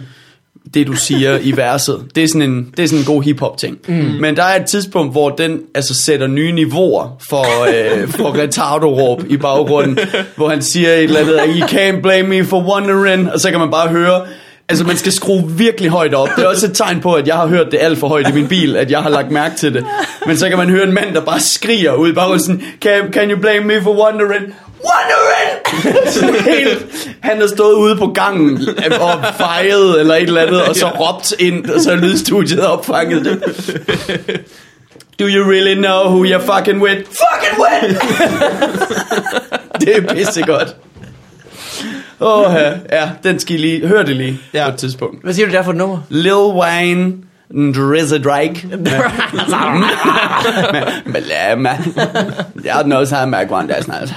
det du siger i verset. Det er sådan en, det er sådan en god hiphop ting. Mm. Men der er et tidspunkt, hvor den altså, sætter nye niveauer for, øh, for retardo-råb i baggrunden, hvor han siger et eller andet, I can't blame me for wondering, og så kan man bare høre, Altså, man skal skrue virkelig højt op. Det er også et tegn på, at jeg har hørt det alt for højt i min bil, at jeg har lagt mærke til det. Men så kan man høre en mand, der bare skriger ud i baggrunden sådan, can, can you blame me for wondering? Wondering! Sådan helt, han har stået ude på gangen og fejet eller et eller andet, og så råbt ind, og så har lydstudiet opfanget det. Do you really know who you're fucking with? Fucking with! det er pissegodt. Åh, oh, ja, den skal I lige, hør det lige ja. på et tidspunkt. Hvad siger du der for et nummer? Lil Wayne, Drizzy Drake. Men lad mig. Jeg har noget sammen med Grøn Dags snart.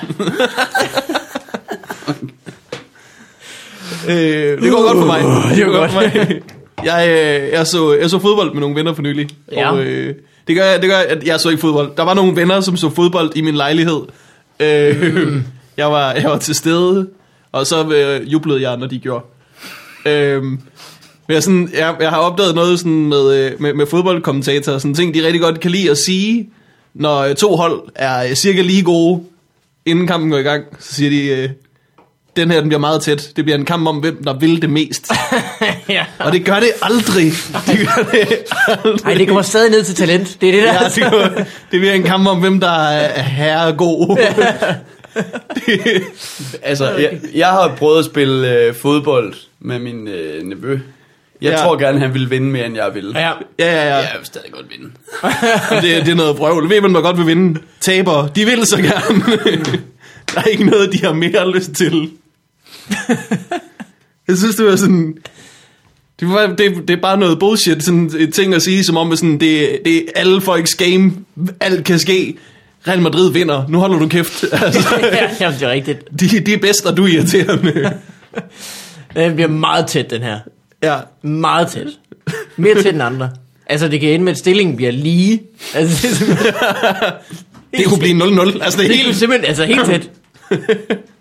Øh, det går godt for mig. Uh, det går godt. mig. Jeg, øh, jeg, så, jeg så fodbold med nogle venner for nylig. Ja. Og, øh, det, gør, jeg- det gør, at jeg så ikke fodbold. Der var nogle venner, som så fodbold i min lejlighed. Øh, mm. jeg, var, jeg var til stede, og så øh, jublede jeg, når de gjorde. Øh, men jeg, sådan, jeg, jeg har opdaget noget sådan med, øh, med, med fodboldkommentatorer, sådan ting, de rigtig godt kan lide at sige, når øh, to hold er øh, cirka lige gode, inden kampen går i gang, så siger de, øh, den her den bliver meget tæt. Det bliver en kamp om, hvem der vil det mest. ja. Og det gør det aldrig. Det gør det aldrig. Ej, det kommer stadig ned til talent. Det er det der. Ja, det, gør, det bliver en kamp om, hvem der er herre god. Altså, jeg, jeg har prøvet at spille øh, fodbold med min øh, nevø. Jeg Ja. ja. tror gerne, han ville vinde mere, end jeg ville. ja. Ja, ja, ja. Jeg vil stadig godt vinde. Det, det er noget vrøvl. Ved man, hvor godt vil vinde? Taber. De vil så gerne. Der er ikke noget, de har mere lyst til. Jeg synes, det var sådan... Det, var, det, det er bare noget bullshit, sådan et ting at sige, som om at sådan, det, det er alle folks game, alt kan ske. Real Madrid vinder, nu holder du kæft. Altså, Jamen, det er rigtigt. de, de er bedst, og du er irriterende. Den bliver meget tæt, den her. Ja. Meget tæt. Mere tæt end andre. Altså, det kan ende med, at stillingen bliver lige. Altså, det er simpelthen... Det kunne blive 0-0. Altså, det er Det er helt... simpelthen, altså helt tæt.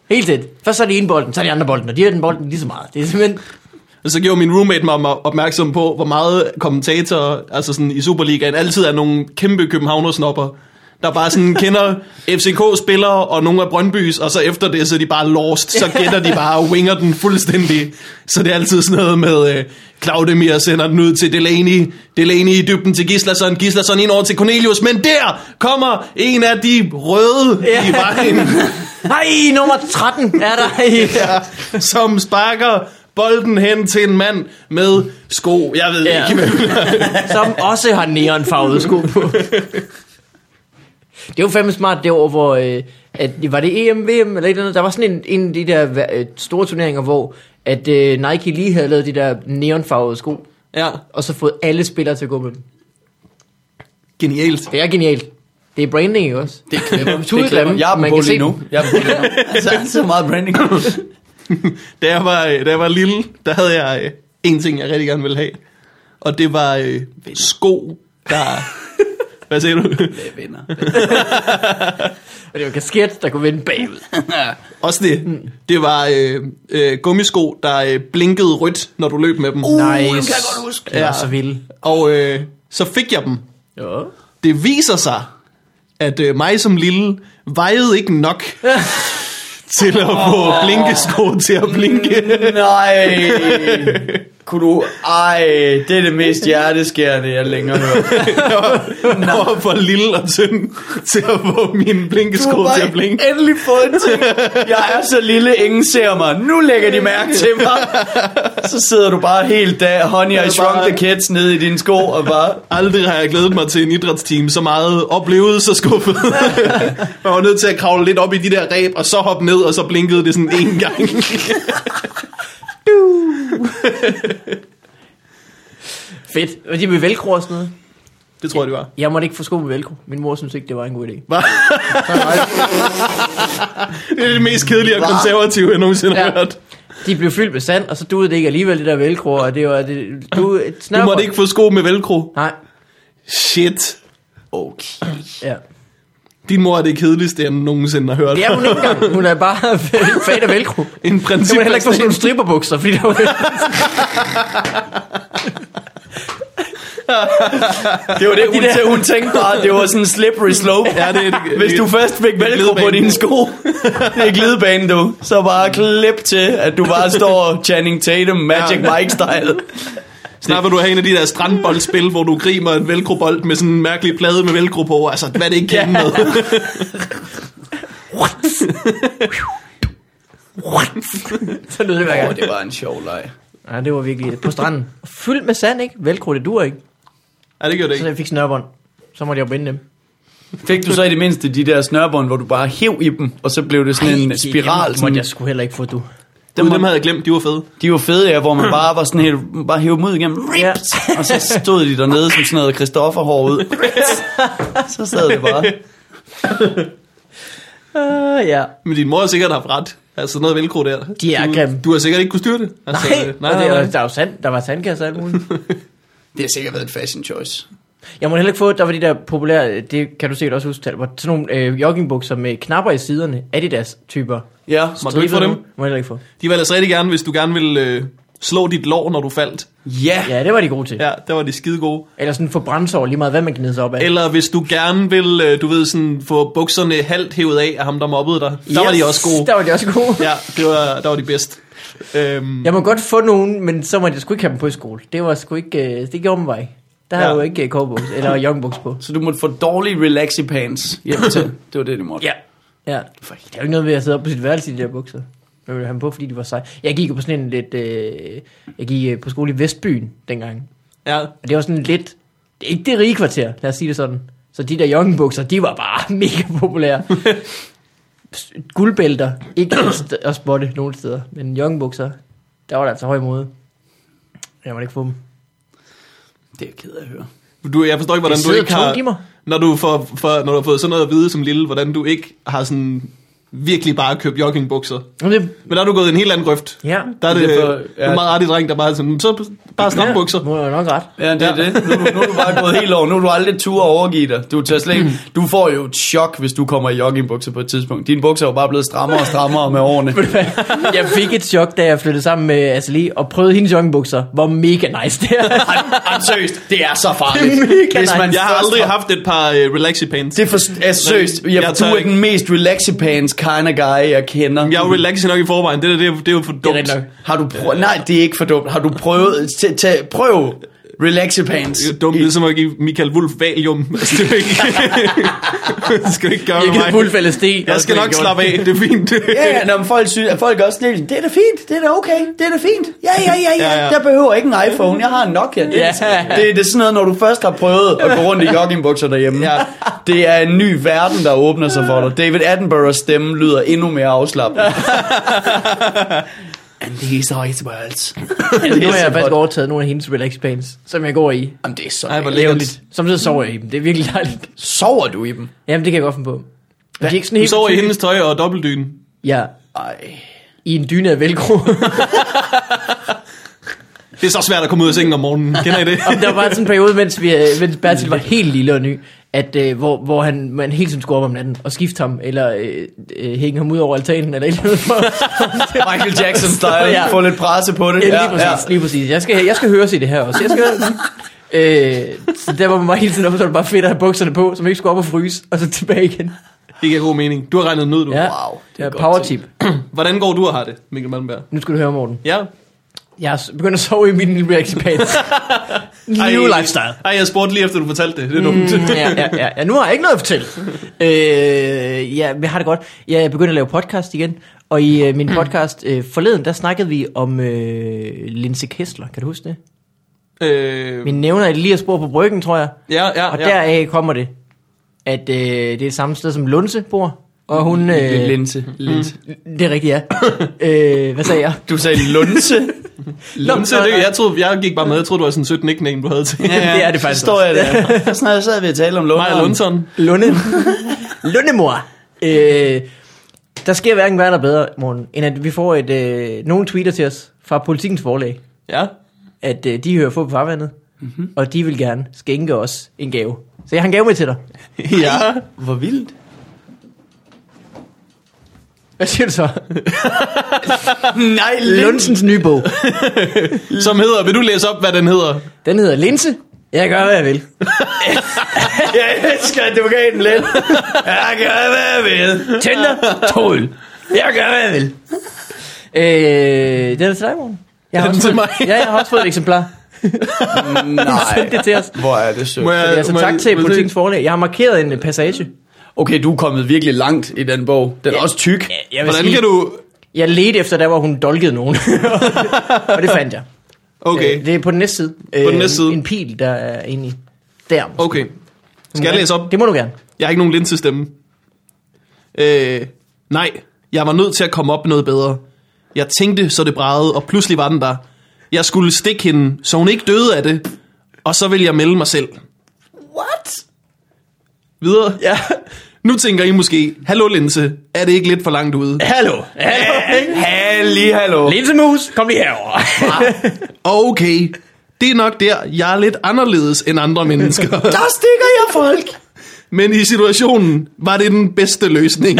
Helt tæt. Først så er det ene bolden, så er det andre bolden, og de har den bolden lige så meget. Det er simpelthen... Og så gjorde min roommate mig op- opmærksom på, hvor meget kommentatorer altså sådan i Superligaen altid er nogle kæmpe københavnersnopper, der bare sådan kender FCK-spillere og nogle af Brøndbys, og så efter det, så er de bare lost. Så gætter de bare og winger den fuldstændig. Så det er altid sådan noget med, øh, Claudemir sender den ud til Delaney, Delaney i dybden til Gislason, Gislason ind over til Cornelius, men der kommer en af de røde i vejen. Nej, nummer 13 er der. Ja. Ja, som sparker bolden hen til en mand med sko. Jeg ved Ja. ja. ikke, hvem. Som også har neonfarvede sko på. Det var fandme smart det år, hvor... Øh, at, var det E EM, VM eller et eller andet? Der var sådan en, en af de der øh, store turneringer, hvor at øh, Nike lige havde lavet de der neonfarvede sko, Ja, og så fået alle spillere til at gå med dem. genialt. Det er genialt. Det er branding, ikke også? Det er clever. Tudegrimme, Det er clever. Jeg er man på kan se lige nu. Jeg er på lige nu. Altså, der er så meget branding. Da jeg, var, øh, da jeg var lille, der havde jeg øh, en ting, jeg rigtig gerne ville have. Og det var øh, sko, der... Hvad siger du? Jeg vinder. Og det var kasket, der kunne vende bagud. Også Mm. det. Det var øh, øh, gummisko, der øh, blinkede rødt, når du løb med dem. Uh. Nice. Uh, det kan jeg godt huske. Det var så vildt. Og øh, så fik jeg dem. Ja. Det viser sig, at øh, mig som lille vejede ikke nok til at få blinkesko til at blinke. Nej. Kunne du... Ej, det er det mest hjerteskærende, jeg længere har hørt. Jeg var, jeg var for lille og tynd til at få min blinkesko til at blinke. endelig fået en ting. Jeg er så lille, ingen ser mig. Nu lægger de mærke til mig. Så sidder du bare helt dag, honey, I shrunk bare- the kids, nede i dine sko og bare... Aldrig har jeg glædet mig til en idrætsteam så meget oplevet så skuffet. jeg var nødt til at kravle lidt op i de der ræb, og så hoppe ned, og så blinkede det sådan en gang. Fedt. Og de med velcro og sådan noget. Det tror jeg, det var. Jeg måtte ikke få sko med velcro. Min mor synes ikke, det var en god idé. Det er det mest kedelige og konservative, jeg nogensinde har Ja. hørt. De blev fyldt med sand, og så duede det ikke alligevel, det der velcro, og det var... Det, du, et Du måtte ikke få sko med velcro. Nej. Shit. Okay. Ja. Din mor er det kedeligste, jeg nogensinde har hørt. Det er hun ikke engang. Hun er bare fan af velcro. En Så princip. må heller ikke få sådan nogle stripperbukser, fordi der var... Det var det, hun, tæ- hun tænkte bare, det var sådan en slippery slope. Ja, det er det. Hvis du først fik velcro på glidebane. dine sko, det er glidebane du, så bare klip til, at du bare står Channing Tatum, Magic Ja. Mike-style. Snart vil du have en af de der strandboldspil, hvor du grimer en velcrobold med sådan en mærkelig plade med velcro på. Altså, hvad det ikke kan med. så lød det hver gang. det var en sjov leg. Nej, det var virkelig på stranden. Fyldt med sand, ikke? Velcro, det dur ikke. Ja, det gør det Så ikke. jeg fik snørbånd. Så måtte jeg jo binde dem. Fik du så i det mindste de der snørbånd, hvor du bare hev i dem, og så blev det sådan en spiral? Det måtte Sådan, jeg sgu heller ikke få, du. Dem, dem havde jeg glemt, de var fede. de var fede, ja, Mm. hvor man bare var sådan helt, bare hævde dem ud igennem, Ja. og så stod de dernede som sådan noget Christoffer-hår ud. Så sad det bare. Ah, Uh, ja. Men din mor har sikkert haft ret. Altså, noget velcro der. De er du, grimme. Du har sikkert ikke kunne styre det. Altså, Nej, øh, nej, og det, nej. der er jo sand, der var sandkasser og alt muligt. Det har sikkert været et fashion choice. Jeg må heller ikke få, der var de der populære, det kan du sikkert også huske, Tal, var sådan nogle øh, joggingbukser med knapper i siderne, Adidas typer. Ja, Må du ikke få dem? Må jeg heller ikke få. De var ellers rigtig gerne, hvis du gerne ville øh, slå dit lår, når du faldt. ja. Ja, det var de gode til. Ja. Ja, der var de skide gode. Eller sådan få brændsår lige meget, hvad man gnidede sig op af. Eller hvis du gerne ville, øh, du ved, sådan, få bukserne halvt hævet af af ham, der mobbede dig. Der var de også gode. Der var de også gode. Ja. Ja, det var, der var de bedst. Øhm, Jeg må godt få nogen, men så må jeg sgu ikke have dem på i skole. Det var sgu ikke, øh, det gjorde mig ikke. Der har Ja. jeg jo ikke øh, cowboys eller joggingbukser på. Så du måtte få dårlige relaxi pants hjem til. Det var det, de måtte. Ja. Ja, for det er jo ikke noget ved at sidde op på sit værelse i de der bukser. Jeg ville have dem på, fordi de var seje. Jeg gik jo på sådan en lidt... Øh, jeg gik øh, på skole i Vestbyen dengang. ja, Og det var sådan lidt... Det er ikke det rige kvarter, lad os sige det sådan. Så de der joggingbukser, de var bare mega populære. S- Guldbælter, ikke at st- at spotte nogen steder, men joggingbukser, der var der altså høj mode. Jeg måtte ikke få dem. Det er jeg ked af at høre. Du, jeg forstår ikke, hvordan Det du sidder ikke har... tungt i mig. Når du, får, for, når du har fået sådan noget at vide som lille, hvordan du ikke har sådan virkelig bare købt joggingbukser. Men det, Men der er du gået i en helt anden grøft. ja, Der er det, Det det er for- for, ja. ja. en meget artig dreng, der bare er sådan, så bare strambukser. Ja, må jeg nok ret. Ja, det er det. Nu, er du- nu er du bare gået helt over. Nu er du aldrig tur at overgive dig. Du, tager slet ikke, du får jo et chok, hvis du kommer i joggingbukser på et tidspunkt. Dine bukser er jo bare blevet strammere og strammere med årene. Jeg fik et chok, da jeg flyttede sammen med Asli og prøvede hendes joggingbukser. Hvor mega nice det er. Ej, ej, seriøst, det er så farligt. Det er mega hvis man nice. Jeg har først aldrig haft et par øh, relaxi pants. Det er for, altså, seriøst, jeg, Jeg jeg du tager er ikke- den mest relaxi-pants kind of guy, jeg kender. Jeg er jo relaxi nok i forvejen. Det der, det er, det er jo for dumt. rigtigt nok. Har du prøvet? Nej, det er ikke for dumt. Har du prøvet? T- t- prøv relaxi-pants. Det er jo dumt, ligesom at give Michael Wolf valium. Altså, det er jo ikke... det skal du ikke gøre Jeg med givet mig. fuld fællesdel. Jeg skal nok slappe af, det er fint. Ja, ja, når folk synes, at folk også lidt, det er da fint, det er da okay, det er da fint. Ja, ja, ja, ja, Ja, ja. jeg behøver ikke en iPhone, jeg har en Nokia. Det, er- Ja. det, det er sådan noget, når du først har prøvet at gå rundt i joggingbukser derhjemme. Ja. Det er en ny verden, der åbner sig for dig. David Attenboroughs stemme lyder endnu mere afslappet. And these are his words. Nu har jeg faktisk overtaget nogle af hendes relax pants, som jeg går i. Jamen, det er så Ej, hvor dejligt. lækkert. Samtidig sover jeg i dem. Det er virkelig dejligt. Sover du i dem? Jamen, det kan jeg godt finde på. Men de er ikke sådan Du helt sover i tykke. hendes tøj og dobbeltdyne. Ja, Ej. i en dyne af velcro. Det er så svært at komme ud af sengen om morgenen. Kender I det? Om der var sådan en periode, mens, vi, øh, mens Bertil var helt lille og ny, at, øh, hvor, hvor han, man hele tiden skulle op om natten og skifte ham, eller øh, øh, hænge ham ud over altanen, eller et eller andet. For, Michael Jackson style, ja. Ja. få lidt presse på det. ja, lige præcis, lige præcis. Jeg skal, jeg skal høres i det her også. Jeg skal Øh, så der var man bare hele tiden op, så var det bare fedt at have bukserne på, så man ikke skulle op og fryse, og så tilbage igen. Det giver god mening. Du har regnet den ud, du. Ja, Wow, det er det er godt power tip. Hvordan går du og har det, Mikkel Malmberg? Nu skal du høre, Morten. Ja. Jeg er s- begyndt at sove i min lille reaxipans. New lifestyle. Ej, jeg spurgte lige efter, du fortalte det. Det er dumt. Mm, ja, ja, ja, ja, nu har jeg ikke noget at fortælle. Øh, ja, vi har det godt. Jeg er begyndt at lave podcast igen, og i øh, min podcast øh, forleden, der snakkede vi om øh, Linse Kessler, kan du huske det? Øh, Vi nævner et lige spor på bryggen, tror jeg, ja, ja, og ja. deraf kommer det, at øh, det er samme sted som Lunse bor, og hun... Øh, Lidt linse. linse. det er rigtigt, ja. øh, hvad sagde jeg? Du sagde lunse. Lunse, Nå, nej, det, nej. jeg, troede, jeg gik bare med. Jeg troede, det var sådan en sødt nickname, du havde til. Ja, det er det faktisk Står jeg der. Sådan noget sad vi og talte om Maja lunderen. Lundsson. Lunde. Lundemor. Øh, der sker hverken værre eller bedre, morgen, end at vi får et, øh, nogle tweeter til os fra politikens forlag, Ja. at øh, de hører få på farvandet, mm-hmm. Mhm. og de vil gerne skænke os en gave. Så jeg har en gave med til dig. Ja. Hvor vildt. Hvad siger du så? Nej, Lundsens nye bog. Som hedder, vil du læse op, hvad den hedder? Den hedder Linse. Jeg gør, hvad jeg vil. Jeg elsker, at du gav den lidt. Jeg gør, hvad jeg vil. Tinder. Tål. Jeg gør, hvad jeg vil. Øh, den er til dig, morgen. Jeg har Er den også til fået- mig? Ja, jeg har også fået et eksemplar. Nej. Send det til os. Hvor er det sødt. jeg, Det er altså må jeg- tak til må jeg- politikens forlag. Jeg har markeret en øh, passage. Okay, du er kommet virkelig langt i den bog. Den er også tyk. Jeg, vil Hvordan sige, kan du... jeg ledte efter, der hvor hun dolkede nogen. og det fandt jeg. Okay, Øh, Det er på den næste side. den næste side. En pil, der er inde i. Der. Skal okay. Skal jeg læse op? Det må du gerne. Jeg har ikke nogen linsestemme. Øh, nej, jeg var nødt til at komme op med noget bedre. Jeg tænkte, så det bragede, og pludselig var den der. Jeg skulle stikke hende, så hun ikke døde af det. Og så ville jeg melde mig selv. What? Videre? Ja. Nu tænker I måske, hallo Linse, er det ikke lidt for langt ude? Hallo. Halli, hallo. Linsemus, kom lige herover. Ah, Okay, det er nok der, jeg er lidt anderledes end andre mennesker. Der stikker jeg folk. Men i situationen var det den bedste løsning.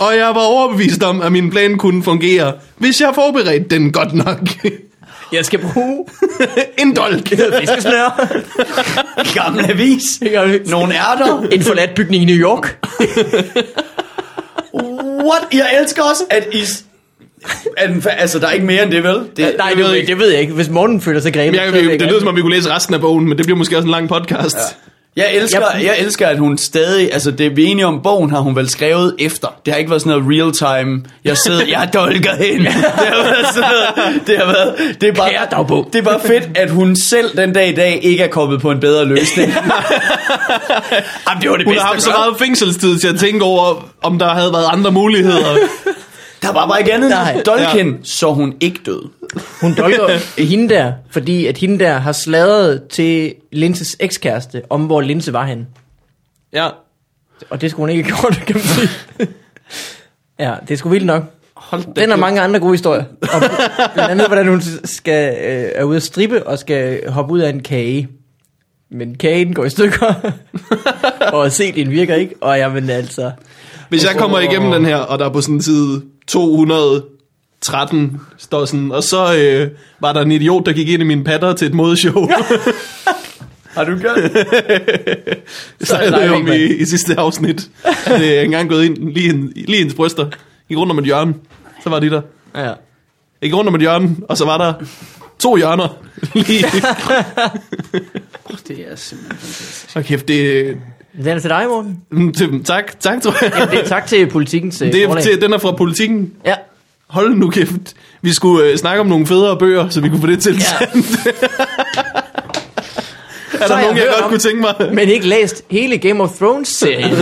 og jeg var overbevist om, at min plan kunne fungere, hvis jeg forberedte den godt nok. Jeg skal bruge en dolk. fiskesnøre. Gammel avis. Nogle ærter. En forladt bygning i New York. What? Jeg elsker også, at I... s- At, den fa- altså, der er ikke mere end det, vel? Det, Nej, jeg det, ved ved ikke. det ved jeg ikke. Hvis morgen føler sig grebet, Jeg, så vil det, det gerne- lyder som om, vi kunne læse resten af bogen, men det bliver måske også en lang podcast. Ja. Jeg elsker, Jeg- jeg elsker, at hun stadig, altså det er vi er enige om, bogen har hun vel skrevet efter. Det har ikke været sådan noget real time, jeg sidder, jeg dolker hende. Det har været sådan noget, det har været, det er bare, Kære dagbog. det er bare fedt, at hun selv den dag i dag ikke er kommet på en bedre løsning. Jamen, det var det Hun har bedste at haft så gøre. meget fængselstid til at tænke over, om der havde været andre muligheder. Der var bare ikke andet. Nej. Dolkin, ja. så hun ikke død. Hun dolker hende der, fordi at hende der har sladret til Linses ekskæreste om, hvor Linse var henne. Ja. Og det skulle hun ikke have gjort, kan man sige. Ja, det er sgu vildt nok. Hold da Den og kæft. mange andre gode historier. Og blandt andet, hvordan hun skal, øh, er ude at strippe og skal hoppe ud af en kage. Men kagen går i stykker, og se, den virker ikke. Og jamen altså, Hvis jeg kommer igennem den her, og der er på sådan side 213 står sådan, og så øh, var der en idiot, der gik ind i mine patter til et modeshow. Har du gjort det? så er det er det om Iron Man. i, i sidste afsnit. At, øh, jeg engang gået ind lige, en, lige hendes bryster. Gik rundt om et hjørne. Så var de der. ja. Jeg gik rundt om et hjørne, og så var der to hjørner. lige. Det er simpelthen... Og kæft, det, Den er til dig, Morten. Mm, til, tak, tak tror jeg. Jamen, det er tak til politikens til Det er, til, den er fra politikken. Ja. Hold nu kæft. Vi skulle øh, snakke om nogle federe bøger, så vi kunne få det til. Ja. er har der jeg nogen, jeg, hørt godt om- kunne tænke mig? Men ikke læst hele Game of Thrones-serien.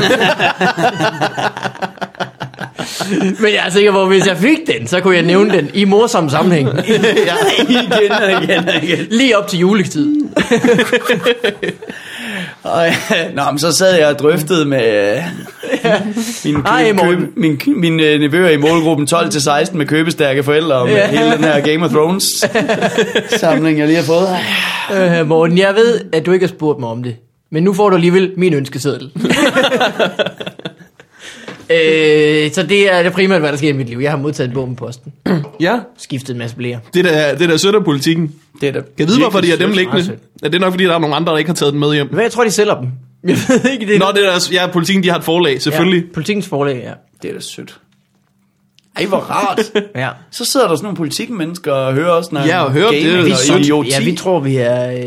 Men jeg er sikker på, at hvis jeg fik den, så kunne jeg nævne den i morsom sammenhæng. ja. igen og igen og igen. Lige op til juletid. Og, ja, nå, men så sad jeg og drøftede med øh, mine, kø- Ej, Morten. køb, min, mine øh, nevøer i målgruppen 12-16 med købestærke forældre om Ja. ja. hele den her Game of Thrones samling, jeg lige har fået. Øh, Morten, jeg ved, at du ikke har spurgt mig om det. Men nu får du alligevel min ønskeseddel. øh, så det er det primært, hvad der sker i mit liv. Jeg har modtaget en bog med posten. ja. Skiftet en masse blære. Det er da- det er da sødt af politikken. Kan Det er da jeg vide, hvorfor de har dem virkelig liggende? meget Er det nok, fordi der er nogle andre, der ikke har taget den med hjem? Hvad jeg tror, de sælger dem. Jeg ved ikke, det Nå, det er deres, ja, politikken, de har et forlag, selvfølgelig. Ja, politikens forlag, ja. sødt. Det er da sødt. Ej, hvor rart. ja. Så sidder der sådan nogle politikmennesker og hører os snakke Ja, og om hører gaming det, og det er sødt. idioti. Ja, vi tror, vi er øh,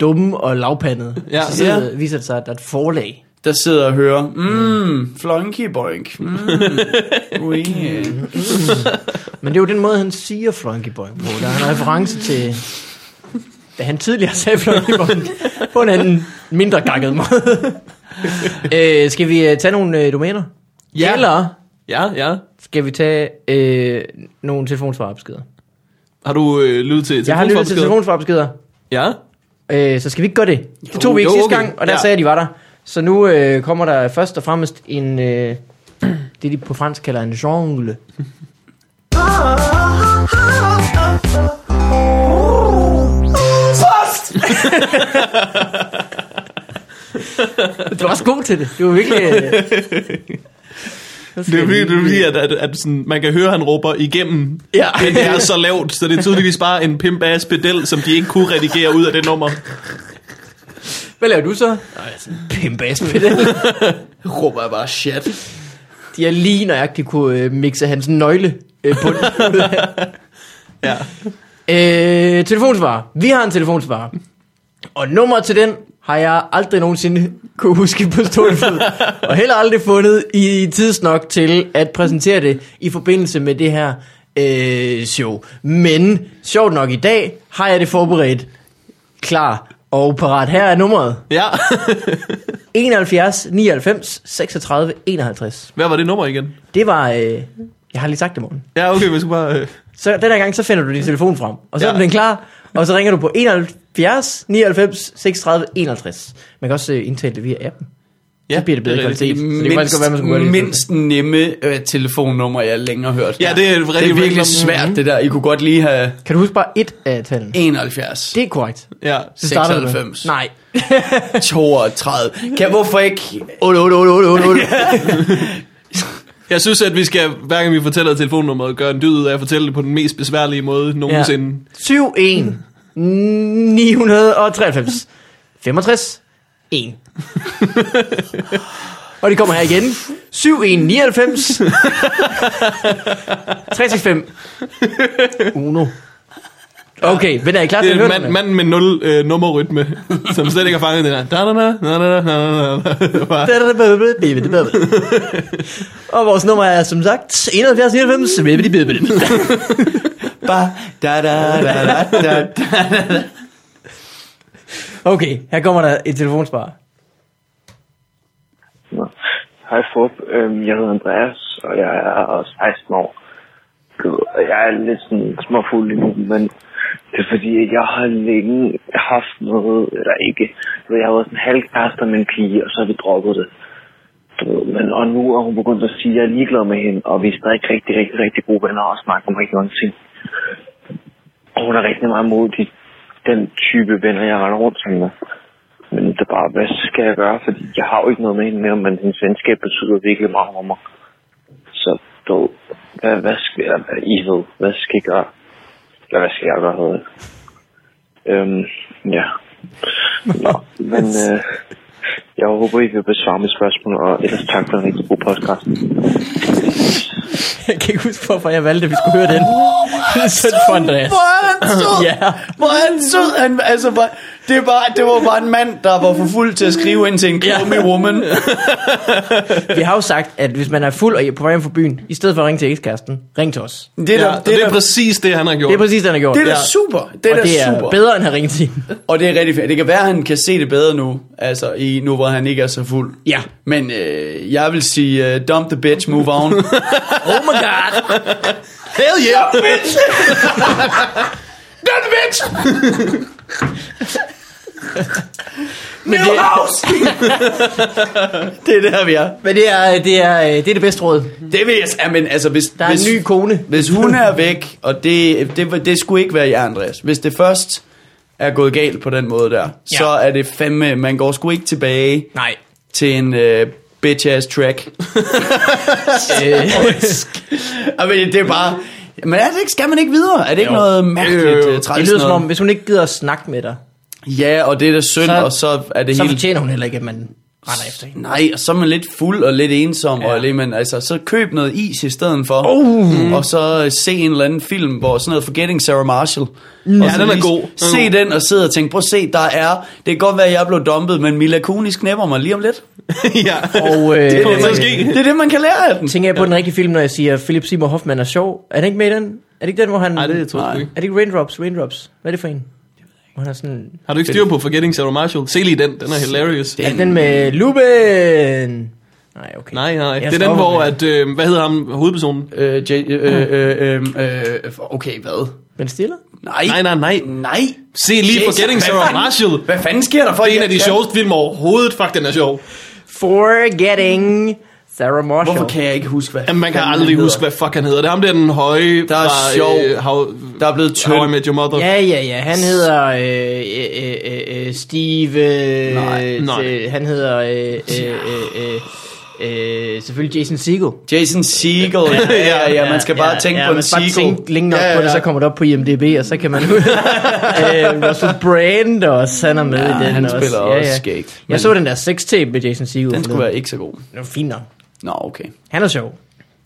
dumme og lavpandede. Ja. Så sidder, ja. viser det sig, at der er et forlag. der sidder og hører, mm, flonky boink, mm, ui, øh." Men det er jo den måde, han siger Flunkyboy på. Der er en reference til, hvad han tidligere sagde Flunkyboy på en anden mindre gakket måde. øh, skal vi øh, tage nogle øh, domæner? Ja. Eller Ja, ja. ja. skal vi tage øh, nogle telefonsvarbeskeder? Har du øh, lyttet til Jeg har lyttet til telefonforbeskeder? telefonsvarbeskeder. Ja. Øh, så skal vi ikke gøre det. Det tog vi ikke jo, sidste okay. gang, og der Ja. sagde jeg, de var der. Så nu øh, kommer der først og fremmest en, øh, det de på fransk kalder en jungle. Ah, ah. Post! Du var også god til det. Du var virkelig... Øh, Det er fordi, det er fordi at, at, at sådan, man kan høre, han råber igennem. Ja. Men det er så lavt, så det er tydeligvis bare en pimp ass pedel, som de ikke kunne redigere ud af det nummer. Hvad laver du så? Pimbas råber jeg bare shit. De er lige nøjagtigt kunne øh, mixe hans nøgle øh, på den. Ja. øh, telefonsvarer. Vi har en telefonsvarer. Og nummeret til den har jeg aldrig nogensinde kunne huske på stående fod. Og heller aldrig fundet i tidsnok til at præsentere det i forbindelse med det her øh, show. Men sjovt nok i dag har jeg det forberedt, klar og parat. Her er nummeret. Ja. 71 99 36 51. Hvad var det nummer igen? Det var... Øh, jeg har lige sagt det, morgen. Ja, okay, vi skal bare... Øh. Så den her gang, så finder du din telefon frem, og så ja. er Ja. den klar, og så ringer du på 71 99 36 51. Man kan også øh, indtale det via appen. Ja, Så bliver det bedre er rigtigt. kvalitet. Så det kan faktisk mindst, godt være, man skulle gøre det. mindst nemme øh, telefonnummer, jeg længere har hørt. Ja, det er et rigtig det er virkelig random- svært, det der. I kunne godt lige have Kan du huske bare et af tallene? 71, Det er korrekt. Ja. Så starter du med- 96. Nej. 32. Kan hvorfor ikke? 8, 8, 8, 8, 8, 8. Jeg synes, at vi skal, hver gang vi fortæller telefonnummeret, gøre en dyd ud af at fortælle det på den mest besværlige måde nogensinde. 7, 1, 993, 65, 1. Og det kommer her igen. 7, 1, 99, 365, Uno. Okay, men er I klar til Det at er høre mand, den? manden med nul øh, nummerrytme, som slet ikke har fanget den her. Da, da, da, da, da, da, da, da. Bare- Og vores nummer er som sagt 71, 99, Ba, da, da, da, da, da, da. Okay, her kommer der et telefonspar. Nå. Hej Forb, øhm, jeg hedder Andreas, og jeg er 16 år. Du- og Jeg er lidt sådan småfuld nu, men det er fordi, jeg har længe haft noget, eller ikke. Du ved, Jeg har været sådan halvkærester med en pige, og så har vi droppet det. Du ved, Men, og nu er hun begyndt at sige, at jeg er ligeglad med hende, og vi er stadig rigtig, rigtig, rigtig gode venner og snakker om rigtig mange ting. Og hun er rigtig meget modig. Den type venner, jeg render rundt sammen med. Men det er bare, hvad skal jeg gøre? Fordi jeg har jo ikke noget med hende mere, men hendes venskab betyder virkelig meget for mig. Så du, hvad, hvad skal jeg, hvad, I ved, hvad skal jeg gøre? Eller hvad skal jeg gøre, hedder det? Øhm, ja. Nå, men øh, jeg håber, I vil besvare mit spørgsmål, og ellers tak for en rigtig god podcast. Jeg kan ikke huske, hvorfor jeg valgte, at vi skulle høre den. Sødt for Andreas. Hvor er han sød! Ja. Hvor er han sød! Han, altså, hvor, det, var, det var bare en mand, der var for fuld til at skrive ind til en gloomy woman. Vi har jo sagt, at hvis man er fuld og på vej hjem fra byen, i stedet for at ringe til ekskæresten, ring til os. Det er, Ja, da, og det, er da- præcis det, han har gjort. Det er præcis det, han har gjort. det er da Ja. super. Det er og da det er super. bedre, end at ringe til hende. Og det er rigtig fedt. Det kan være, at han kan se det bedre nu, altså i, nu hvor han ikke er så fuld. Ja. Men øh, jeg vil sige, uh, dump the bitch, move on. Oh my god. Hell yeah! dump the bitch! Men det, det er der, vi er. men det, er, det, er, øh, det er det bedste råd. Det vil jeg... s- Jamen, altså, hvis, Der er hvis, en ny kone. Hvis hun er væk, og det, det, det skulle ikke være jer, Andreas. Hvis det først er gået galt på den måde der, ja. så er det fandme... Man går sgu ikke tilbage Nej. til en øh, bitch-ass track. Øh, Jamen, det er bare... Men er det ikke, skal man ikke videre? Er det ikke Jo. noget mærkeligt øh, det traditionelt? lyder som om, hvis hun ikke gider at snakke med dig, Ja, og det er da synd, Så- så, og så er det så helt... fortjener hun heller ikke, at man render efter hende. Nej, og så er man lidt fuld og lidt ensom, ja. og lidt, men altså, så køb noget is i stedet for, Oh! uh. og så øh, se en eller anden film, hvor sådan noget Forgetting Sarah Marshall. Mm. Ja, den er god. Mm. Den er Se god. den og sidde og tænke, prøv at se, der er, det kan godt være, at jeg blev dumpet, men Mila Kunis knæpper mig lige om lidt. ja. Og, øh, det kommer til at øh, ske. Det er det, man kan lære af den. Tænker jeg på den rigtige film, når jeg siger, at Philip Seymour Hoffman er sjov? Er det ikke med i den? Er det ikke den, hvor han... Nej, det tror jeg Nej. sgu ikke. Er det ikke Raindrops? Raindrops? Hvad er det for en? Hvor han er sådan... Har du ikke styr på Forgetting Sarah Marshall? Se lige den, den er hilarious. Er det den med Lupin? Nej, okay. Nej, nej. Jeg Det er den, stopper hvor, med- at, øh, hvad hedder ham, hovedpersonen? Øh, J- øh, øh, øh, øh, okay, hvad? Ben Stiller? Nej, Nej, nej, nej. nej. Se lige Jesus, Forgetting hvad Sarah fanden- Marshall. Hvad fanden sker der for? Det er en af de Jeg- sjoveste film overhovedet. Fuck, den er sjov. Forgetting Sarah Marshall. Hvorfor kan jeg ikke huske, hvad Jamen, man kan fanden aldrig han huske, hvad fuck han hedder. Det er ham der, den høje Der er fra, sjov. Øh, how, hedder. Der er blevet tynd. how I Met Your Mother. Ja, ja, ja. Han hedder øh, øh, øh, øh, Steve... Øh, Nej, nej. øh, Han hedder... Øh, øh, øh, øh, øh, selvfølgelig Jason Segel. Jason Segel. Ja, ja, ja, ja, man skal bare tænke ja, på man en skal bare Segel. tænke længe nok ja, ja, ja. på det, så kommer det op på IMDb, og så kan man... øh, Russell Brand også, han er med i Ja, den han også. spiller også skægt. Men- Jeg så den der sextape med Jason Segel. Den skulle være ikke så god. Den var fin nok. Nå, okay. Han er sjov.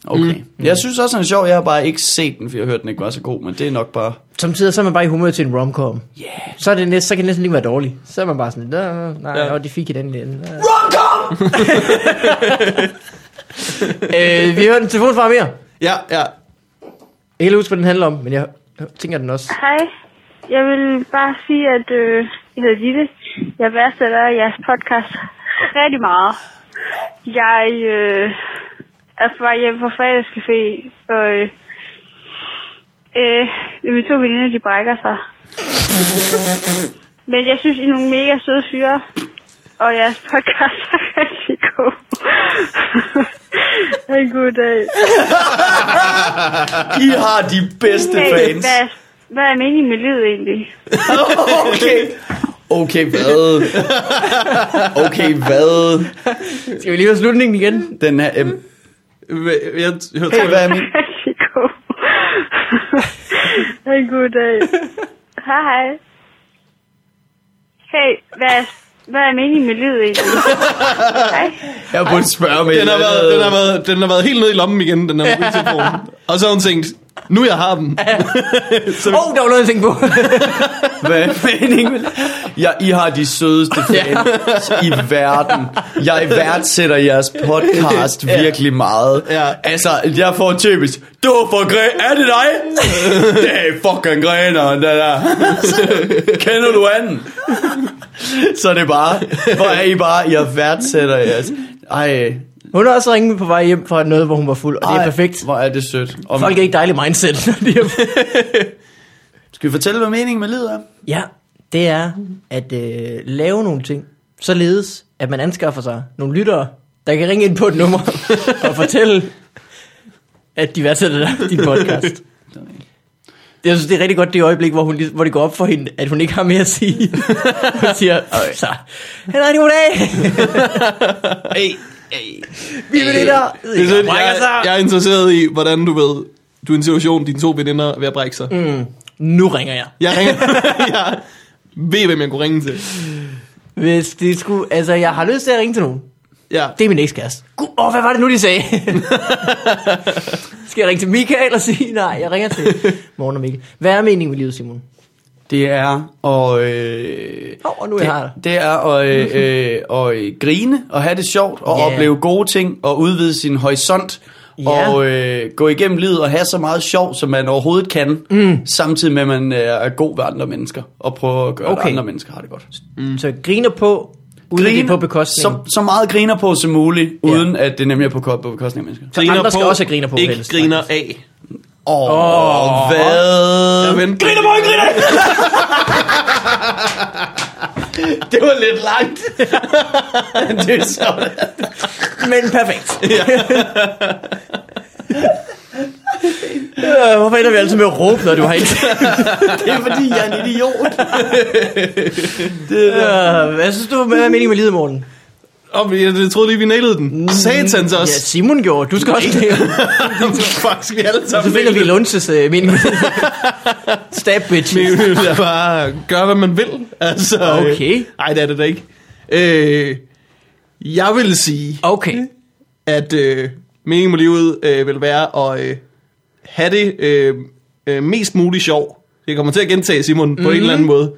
Okay. Mm. Jeg synes også, han er sjov. Jeg har bare ikke set den, fordi jeg hørte, den ikke var så god. Men det er nok bare... Samtidig så er man bare i humør til en romcom. Yeah. Så, er det næst, så kan det næsten lige være dårlig. Så er man bare sådan, "Nå, nej, ja. de fik i den ende. Nå." Romcom! øh, vi hører en telefon fra mere. ja. ja. Jeg kan ikke huske, hvad den handler om, men jeg tænker den også. Hej. Jeg vil bare sige, at øh, jeg hedder Ditte. Jeg værdsætter jeres podcast rigtig meget. Jeg øh, er på vej hjem fra fredagscafé, og øh, øh, mine to veninder, de brækker sig. Men jeg synes, I er nogle mega søde fyre, og jeres podcast er rigtig god. Ha' en god dag. I har de bedste fans. Hvad, hvad er meningen med livet egentlig? Okay. Okay, hvad? Okay, hvad? Skal vi lige høre slutningen igen? Den her... Øhm, Hva- Jeg hørte hey, hvad er min... rigtig god. Ha' en god dag. Hej hej. Hey, hvad er, hvad er meningen med livet egentlig? Hej. Jeg burde spørge om den har, været, den, har været, den har været helt nede i lommen igen, den her mobiltelefon. Og så har hun tænkt, nu jeg har den. Åh, oh, der var noget, jeg tænkte på. Hvad er meningen med det? Ja, I har de sødeste fans i verden. Jeg værdsætter jeres podcast virkelig meget. Ja. Altså, jeg får typisk, du er for gre- er det dig? det er fucking græneren, den der. Kender du anden? Så det er bare, hvor er I bare, jeg værdsætter jeres... Ej, Hun har også ringet på vej hjem fra noget, hvor hun var fuld, og det er Ej, perfekt. Hvor er det sødt. Og Folk er ikke dejlig mindset, når de er Skal vi fortælle, hvad meningen med livet er? Ja, det er at øh, lave nogle ting, således at man anskaffer sig nogle lyttere, der kan ringe ind på et nummer og fortælle, at de værdsætter dig din podcast. Jeg synes, det er rigtig godt det øjeblik, hvor, hun, lige- hvor det går op for hende, at hun ikke har mere at sige. Hun siger, så, han har en god dag. Ey, ey. Vi vil det der. Det er sådan, Brækker jeg, sig. jeg er interesseret i, hvordan du ved, du er i en situation, dine to veninder er ved at brække sig. Mm. Nu ringer jeg. Jeg ringer, jeg ved, hvem jeg kunne ringe til. Hvis det skulle, altså, jeg har lyst til at ringe til nogen. Ja. Det er min ekskæreste. Gud, Åh, hvad var det nu, de sagde? Skal jeg ringe til Michael og sige, nej, jeg ringer til morgen og Michael. Hvad er meningen med livet, Simon? Det er at... Øh, Åh, og nu er jeg her. det, det er at, øh, øh, at øh, grine og have det sjovt og Ja. yeah. opleve gode ting og udvide sin horisont Ja. og øh, gå igennem livet og have så meget sjov, som man overhovedet kan, mm. samtidig med, at man øh, er god ved andre mennesker og prøver at gøre, okay. Okay. at andre mennesker har det godt. Mm. Så griner på, uden griner, det er på bekostning. så, så meget griner på som muligt, uden at det nemlig er på, ko- på bekostning af mennesker. Så andre skal også have griner på, Ikke helst, griner af. Åh, oh, hvad? Jamen, griner på, griner Det var lidt langt. det er sådan. Men perfekt. øh, hvorfor ender vi altid med at råbe, når du har ikke? Det er fordi, jeg er en idiot. øh, hvad synes du, hvad er meningen med livet, morgen? Åh, jeg, jeg troede lige, vi nailede den. Satans Ja, også. Simon gjorde. Du skal også det. Fuck, skal vi alle Så sammen finder vi naile Lunses øh, mening. med livet. Stab bitches. det? Det er bare gør, hvad man vil. Altså, øh, Okay. Ej, det er det da ikke. Øh, jeg vil sige, Okay. at øh, meningen med livet øh, vil være at øh, have det øh, øh, mest muligt sjov. Jeg kommer til at gentage Simon mm-hmm. på en eller anden måde.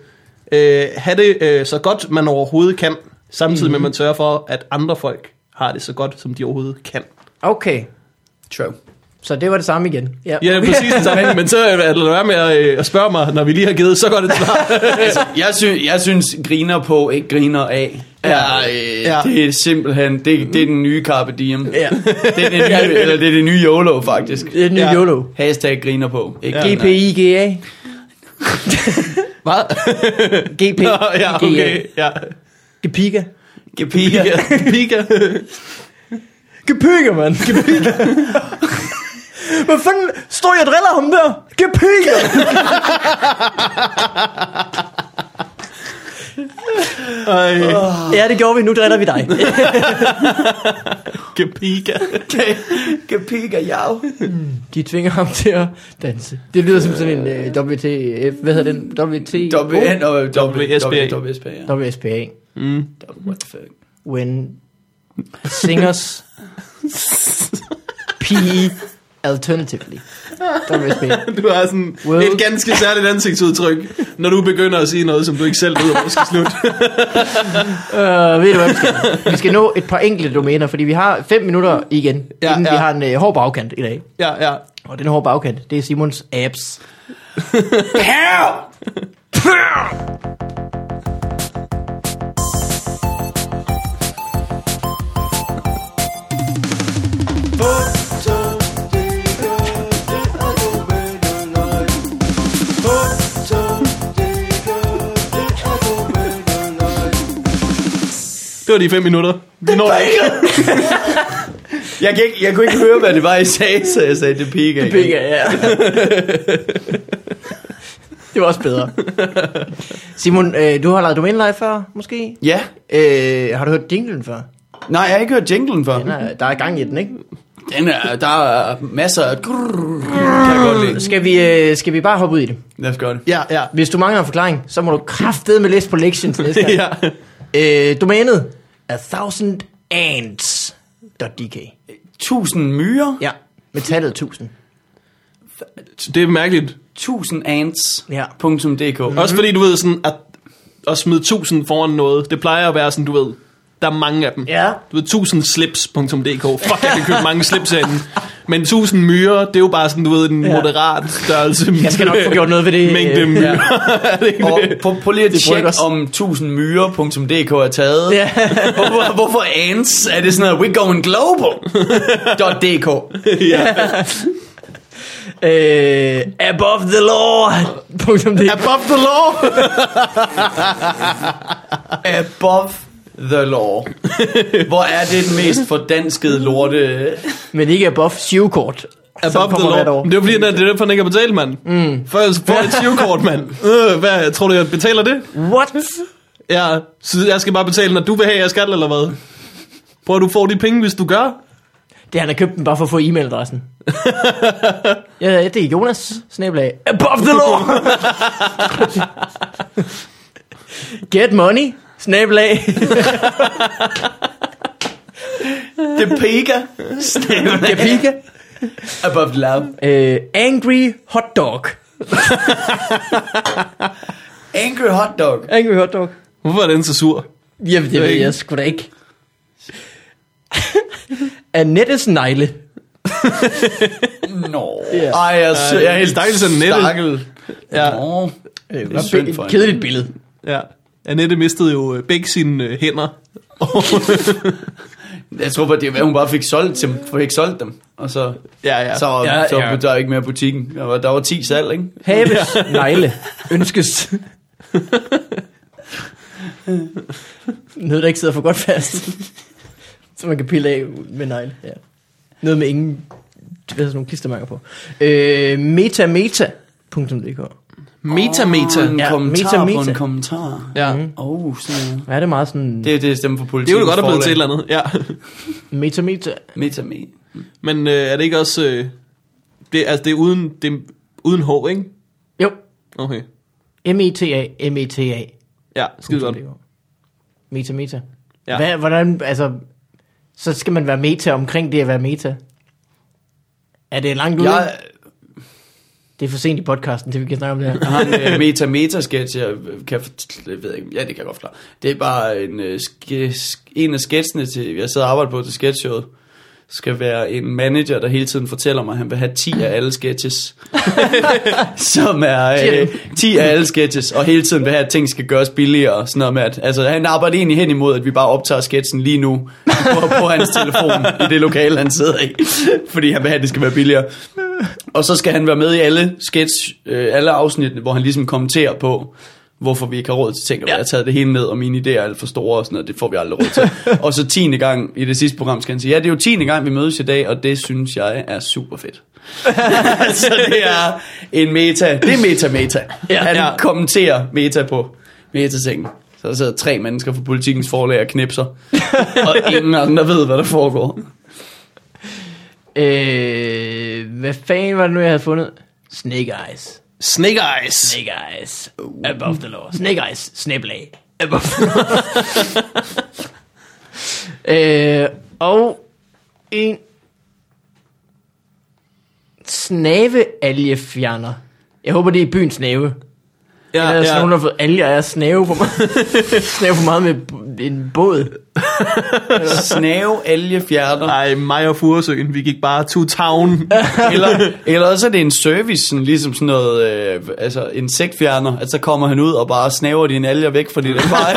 Øh, have det øh, så godt, man overhovedet kan, samtidig mm-hmm. med, at man sørger for, at andre folk har det så godt, som de overhovedet kan. Okay. True. Så det var det samme igen. Ja, det er præcis det samme, men så er det lad være med at, øh, at spørge mig, når vi lige har givet så godt et svar. Jeg, sy- jeg synes, griner på, ikke griner af. Ja, øh, Ja. ja. Det er simpelthen, det, det er den nye Carpe Diem. Ja. Det er, den nye, eller det er det nye YOLO, faktisk. Det er den nye Ja. ja. YOLO. Hashtag griner på, ikke griner af. GPIGA. Hvad? GP. Nå, ja, okay. Ja. Gepiga. Gepiga. Ja, Pika. Gepiga, mand. Gepiga. Hvad fanden? Står jeg og driller ham der? Gepiga. Ej, ja, det gjorde vi. Nu driller vi dig. Pika. Gepiga, jav. De tvinger ham til at danse. Det lyder som sådan en uh, WTF. Hvad hedder den? WT... WN og WSBA. WSBA. WSBA, ja. WSBA. Mm. What the fuck? When singers PE alternatively. WSBA. Du har sådan Well- et ganske særligt ansigtsudtryk, når du begynder at sige noget, som du ikke selv ved, hvor du skal slutte. Øh, ved du hvad, vi skal? vi skal nå et par enkelte domæner, fordi vi har fem minutter igen, Ja, ja, inden ja. ja. vi har en øh, hård bagkant i dag. Ja, ja. Og den hårde bagkant, det er Simons abs. Det var de fem minutter. Vi når det ikke. Jeg, kan ikke, jeg kunne ikke høre, hvad det var, I sagde, så jeg sagde, det piga. Det ja. det var også bedre. Simon, øh, du har lavet domæneleje før, måske? Ja. Øh, har du hørt jinglen før? Nej, jeg har ikke hørt jinglen før. Den er, der er gang i den, ikke? Den er, der er masser af... grrrr, Kan jeg godt lide. Skal vi, øh, skal vi bare hoppe ud i det? Lad os gøre det. Ja, ja. Hvis du mangler en forklaring, så må du kraftedeme læse på lektions næste gang. ja. Øh, domænet er thousandants.dk. Tusind myrer. Ja, med tallet 1000. Det er mærkeligt. Mhm. 1000 ants. Ja. Punktum .dk. Også fordi du ved sådan, at, at smide tusind foran noget, det plejer at være sådan, du ved, der er mange af dem. Ja. Du ved, tusindslips.dk. Fuck, jeg kan købe mange slips herinde. Men tusind myrer, det er jo bare sådan, du ved, en Ja. moderat størrelse. Jeg skal nok få gjort noget ved det. Mængde øh, myrer. Og på, på lige at Det tjekke, brygger. om 1000myre.dk er taget. Ja. Hvorfor, hvorfor ants? Er det sådan noget, we're going global.dk? Øh, above the law. Punktum det. Above the law. Above the law. Hvor er det den mest fordanskede lorte... Men ikke above shivkort. Above the law. Men Det er jo fordi, den er- det er derfor, den ikke har betalt, mand. Mm. For jeg får et sivkort, mand. Øh, hvad, tror du, jeg betaler det? What? Ja, så jeg skal bare betale, når du vil have, jeg skal, eller hvad? Prøv at du får de penge, hvis du gør. Det han har købt den bare for at få e-mailadressen. ja, det er Jonas. Snablag. Above the law. Get money. Snablag. Det pika. Gepika. Above the law. Øh, angry hot dog. Angry hot dog. Angry hot dog. Hvorfor er den så sur? Jamen, det ved jeg sgu da ikke. Annettes negle. Nå. Ej, jeg, sy- jeg er helt Stakkels Annette. Stakkel. Ja. Nå. Det er synd for et hende. kedeligt billede. Ja. Annette mistede jo øh, begge sine øh, hænder. Jeg tror bare, det var, hun bare fik solgt, dem, fik solgt dem. Og så, Ja, ja. så, Ja, så ja. var der ikke mere butikken. Der var, der var 10 salg, ikke? Haves ja. negle ønskes. Noget, der ikke sidder for godt fast. Så man kan pille af med negle. Ja. Noget med ingen hvad hedder sådan nogle klistermærker på. Øh, metameta.dk Meta, meta. En Ja, kommentar meta, på meta. en kommentar. Ja. Oh, sådan Ja, det er meget sådan Det er det stemme for politiet. Det er jo godt at blive til et eller andet. Ja. metameta. Meta, meta. Men øh, er det ikke også... Øh, det, altså, det er uden, det er uden H, ikke? Jo, E Okay. M-E-T-A, M-E-T-A. Ja, skide godt. Meta, meta. Ja. Ja. Hvad, hvordan, altså, så skal man være meta omkring det at være meta. Er det Mhm. langt ude? Jeg Det er for sent i podcasten, det vi kan snakke om det her. har en øh, meta meta sketch jeg øh, kan fort- jeg ved ikke, ja, det kan jeg godt forklare. Det er bare en, øh, ske, sk- en af sketsene, til, jeg sidder og arbejder på til sketchshowet, skal være en manager, der hele tiden fortæller mig, at han vil have 10 af alle sketches. som er øh, 10 af alle sketches, og hele tiden vil have, at ting skal gøres billigere. Sådan noget med, at, altså, han arbejder egentlig hen imod, at vi bare optager sketchen lige nu på, på hans telefon i det lokale, han sidder i. Fordi han vil have, at det skal være billigere. Og så skal han være med i alle sketch, øh, alle afsnittene, hvor han ligesom kommenterer på, hvorfor vi ikke har råd til ting, og jeg har taget det hele ned, og mine idéer er alt for store og sådan noget, det får vi aldrig råd til. og så tiende gang i det sidste program skal han sige, ja, det er jo tiende gang, vi mødes i dag, og det synes jeg er super fedt. så det er en meta, det er meta-meta. Ja, han Ja. ja. kommenterer meta på meta-tingen. Så der sidder tre mennesker fra politikens forlag og knipser, og ingen andre ved, hvad der foregår. øh, hvad fanden var det nu, jeg havde fundet? Snake Eyes. Snake Eyes. Snake Eyes. Above the law. Snake Eyes. Snablag. Above the law. øh, og en snavealgefjerner. Jeg håber, det er byens snave. Ja, Ja, der er sådan nogen, der har fået alger af snave for meget, snave for meget med b- en båd. Snave, alge, fjerner. Ej, mig og Furesøen, vi gik bare to town. eller, eller også er det en service, sådan, ligesom sådan noget, øh, altså insektfjerner, at så kommer han ud og bare snaver dine alger væk, fordi det er bare,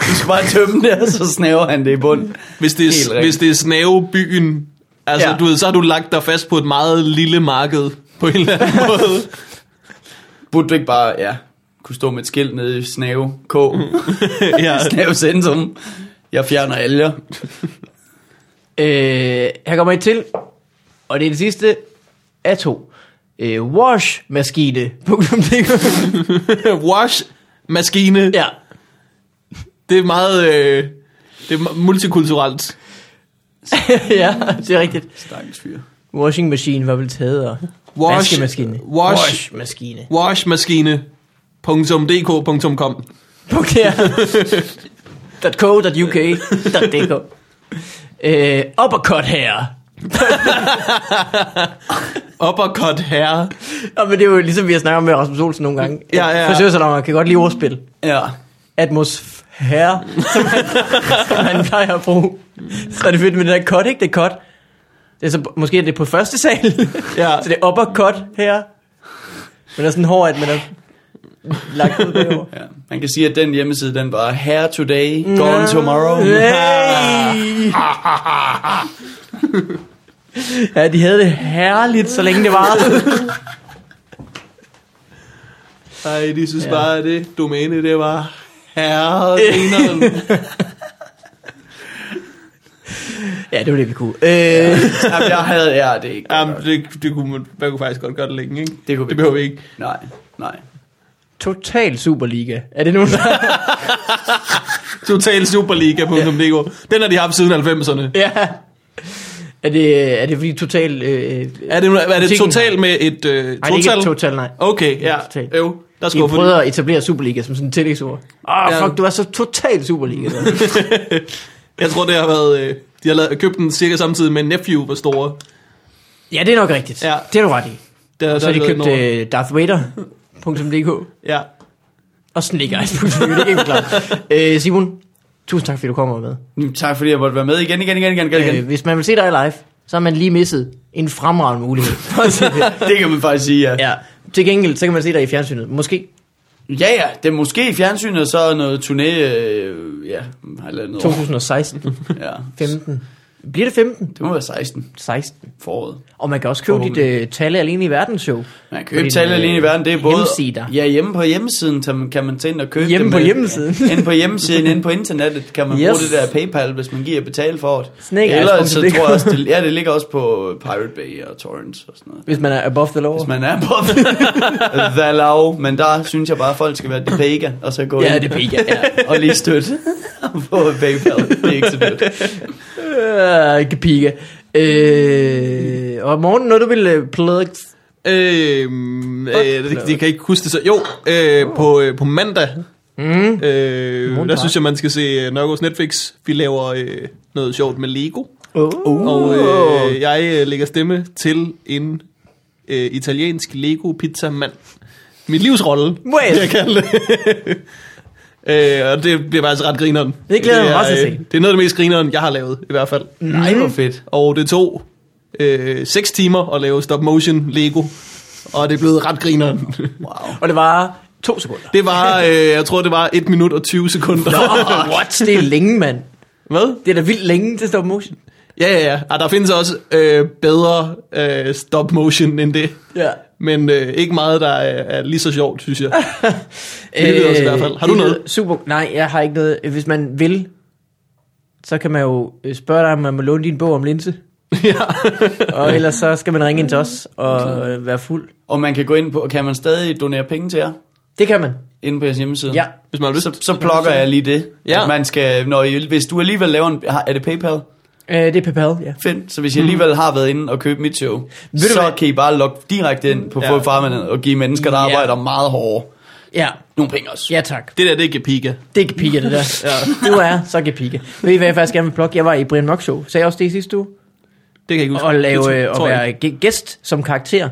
du skal bare tømme det, og så snaver han det i bund. Hvis det Helt er, rigtigt. hvis det er snavebyen, altså ja. Ja. du ved, så har du lagt dig fast på et meget lille marked på en eller anden måde. Burde du ikke bare, ja, kunne stå med et skilt nede i snave, K, ja. snave centrum, jeg fjerner alger. Øh, her kommer et til, og det er det sidste af to. Øh, washmaskine.dk Wash maskine. Ja. Ja, Det er meget øh, det er mu- multikulturelt. ja, det er rigtigt. Stakkels fyr. Washing machine var vel taget og Wash- vaskemaskine. wash- Washmaskine. Wash maskine. .dk.com Okay. .co.uk .dk øh, Uppercut her. Uppercut herre. Og men det er jo ligesom vi har snakket om med Rasmus Olsen nogle gange. Ja, ja, ja. Frisørsalonger kan godt lide ordspil. Ja, atmosfære, som han, som han plejer at bruge. Så er det fedt med det der cut, ikke? Det er cut. Det er så, måske er det på første sal. Ja. så det er uppercut her. Men der er sådan hår, at man er lagt ud derovre. Ja. Man kan sige, at den hjemmeside, den var Hair Today, Gone Tomorrow. Hey! ja, de havde det herligt, så længe det varede. Ej, de synes ja. bare, at det domæne, det var herre grineren. ja, det var det, vi kunne. Øh, Jamen, jeg havde, ja, det er ikke godt nok. Jamen, det, det kunne man, man kunne faktisk godt gøre det længe, ikke? Det kunne vi. det behøver vi ikke. Nej, nej. total Superliga. Er det nogen, der... Total Superliga.dk. Den har de haft siden 90'erne. ja. Er det, er det fordi total... Øh, Er det, er det Butikken- total med et øh, Nej, det er ikke total? total, nej. Okay, ja. Total. Øv, der De skulle for prøvede at etablere Superliga som sådan et tillægsord. Ah, Ja. oh, fuck, du er så total Superliga. Jeg tror, det har været... Øh, de har lavet, købt den cirka samtidig med Nephew var store. ja, det er nok rigtigt. Ja. Det er du ret i. Der, Og så der har de lavet købt noget- øh, Darth Vader.dk Ja. og sneakers.dk. Det er ikke klart. Øh, Simon, tusind tak, fordi du kommer med. Jamen, Tak fordi jeg måtte være med igen, igen, igen, igen, igen. Øh, igen. hvis man vil se dig live, så har man lige misset en fremragende mulighed. for at se det. Det kan man faktisk sige, ja. ja. Til gengæld, så kan man se dig i fjernsynet. Måske Ja, ja, det er måske i fjernsynet, og så noget turné, øh, ja, eller noget. 2016, Ja, 15. Bliver det 15? det må være 16 16. foråret. Og man kan også købe dit Forhåbentlig. øh, Tale Alene i Verden show. Man kan På købe din, tal øh, alene i verden, det er både... hjemmesider. Ja, hjemme på hjemmesiden kan man- kan man tage ind og købe Hjemme det på med- hjemmesiden. Inde på hjemmesiden, inde på internettet kan man Yes. yes. bruge det der PayPal, hvis man giver betale for det. Snake Ellers Eyes så punktum dk. tror jeg også, det, ja, det ligger også på Pirate Bay og Torrents og sådan noget. Hvis man er above the law. Hvis man er på The Law, men der synes jeg bare, at folk skal være det pega, og så gå Ja, ind det er pega, ja. og lige støtte på PayPal. Det er ikke så dyrt. Øh, ikke pika. Øh, og morgen, når du vil øh, plug... Øhm, øh, det, det kan jeg ikke huske det så. Jo, øh, på, øh, på mandag, Mm. øh, der Montag. synes jeg, man skal se øh, Nørgaards Netflix. Vi laver øh, noget sjovt med Lego. Oh. Og øh, jeg øh, lægger stemme til en øh, italiensk Lego pizza mand. Mit livsrolle, Well. vil jeg kalde det. øh, og det bliver faktisk ret grineren. Det glæder jeg mig er, også til at øh, se. Det er noget af det mest grineren, jeg har lavet, i hvert fald. Nej, hvor fedt. Og det tog øh, 6 timer at lave stop motion Lego. Og det er blevet ret grineren. Wow. Og det var to sekunder. Det var, øh, jeg tror, det var 1 minut og 20 sekunder. Oh, what? Det er længe, mand. Hvad? Det er da vildt længe til stop motion. Ja, ja, ja. Ah, der findes også øh, bedre øh, stop motion end det. Ja. Men øh, ikke meget, der er, er lige så sjovt, synes Ah. jeg. Det lyder også i hvert fald. Har du Øh, det noget? lyder Super. Nej, jeg har ikke noget. Hvis man vil, så kan man jo øh, spørge dig, om man må låne din bog om linse. ja. Og ellers så skal man ringe ind til os og øh, være fuld. Og man kan gå ind på, kan man stadig donere penge til jer? Det kan man. Inde på jeres hjemmeside? Ja. Hvis man har lyst. Så, så plukker jeg lige det. Ja. Ja. At man skal, når I, hvis du alligevel laver en... har- Er det PayPal? Øh, det er PayPal, ja. Fedt. Så hvis I alligevel har været inde og købt mit show, du så hvad? kan I bare logge direkte ind på Ja. ja. og give mennesker, der Ja. arbejder meget hårdere, Ja, nogle penge også. ja tak. Det der, det er Gepiga. Det er gepikke, det der. Ja. Du er så gepikke. Ved I, hvad jeg faktisk gerne vil plukke? Jeg var i Brian Mørk Show. Sagde jeg også det i sidste uge? Det kan jeg ikke huske. Og lave, Det øh, at tror jeg være gæ- gæst som karakter.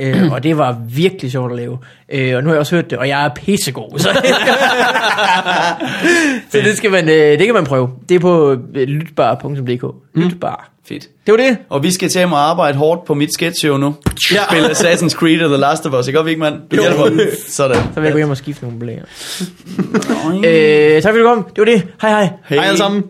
Øh, og det var virkelig sjovt at lave. Øh, og nu har jeg også hørt det, og jeg er pissegod. Så, så det, skal man, øh, det kan man prøve. Det er på øh, lytbar.dk. Mm. Lytbar. Fedt. Det var det. Og vi skal til at arbejde hårdt på mit sketch show nu. Ja. Spille Assassin's Creed og The Last of Us. Ikke godt, vi ikke, mand? Du hjælper. Sådan. Så Øh, vil jeg gå hjem og skifte nogle blæger. Øh, tak fordi du kom. Det var det. Hej hej. Hej alle sammen.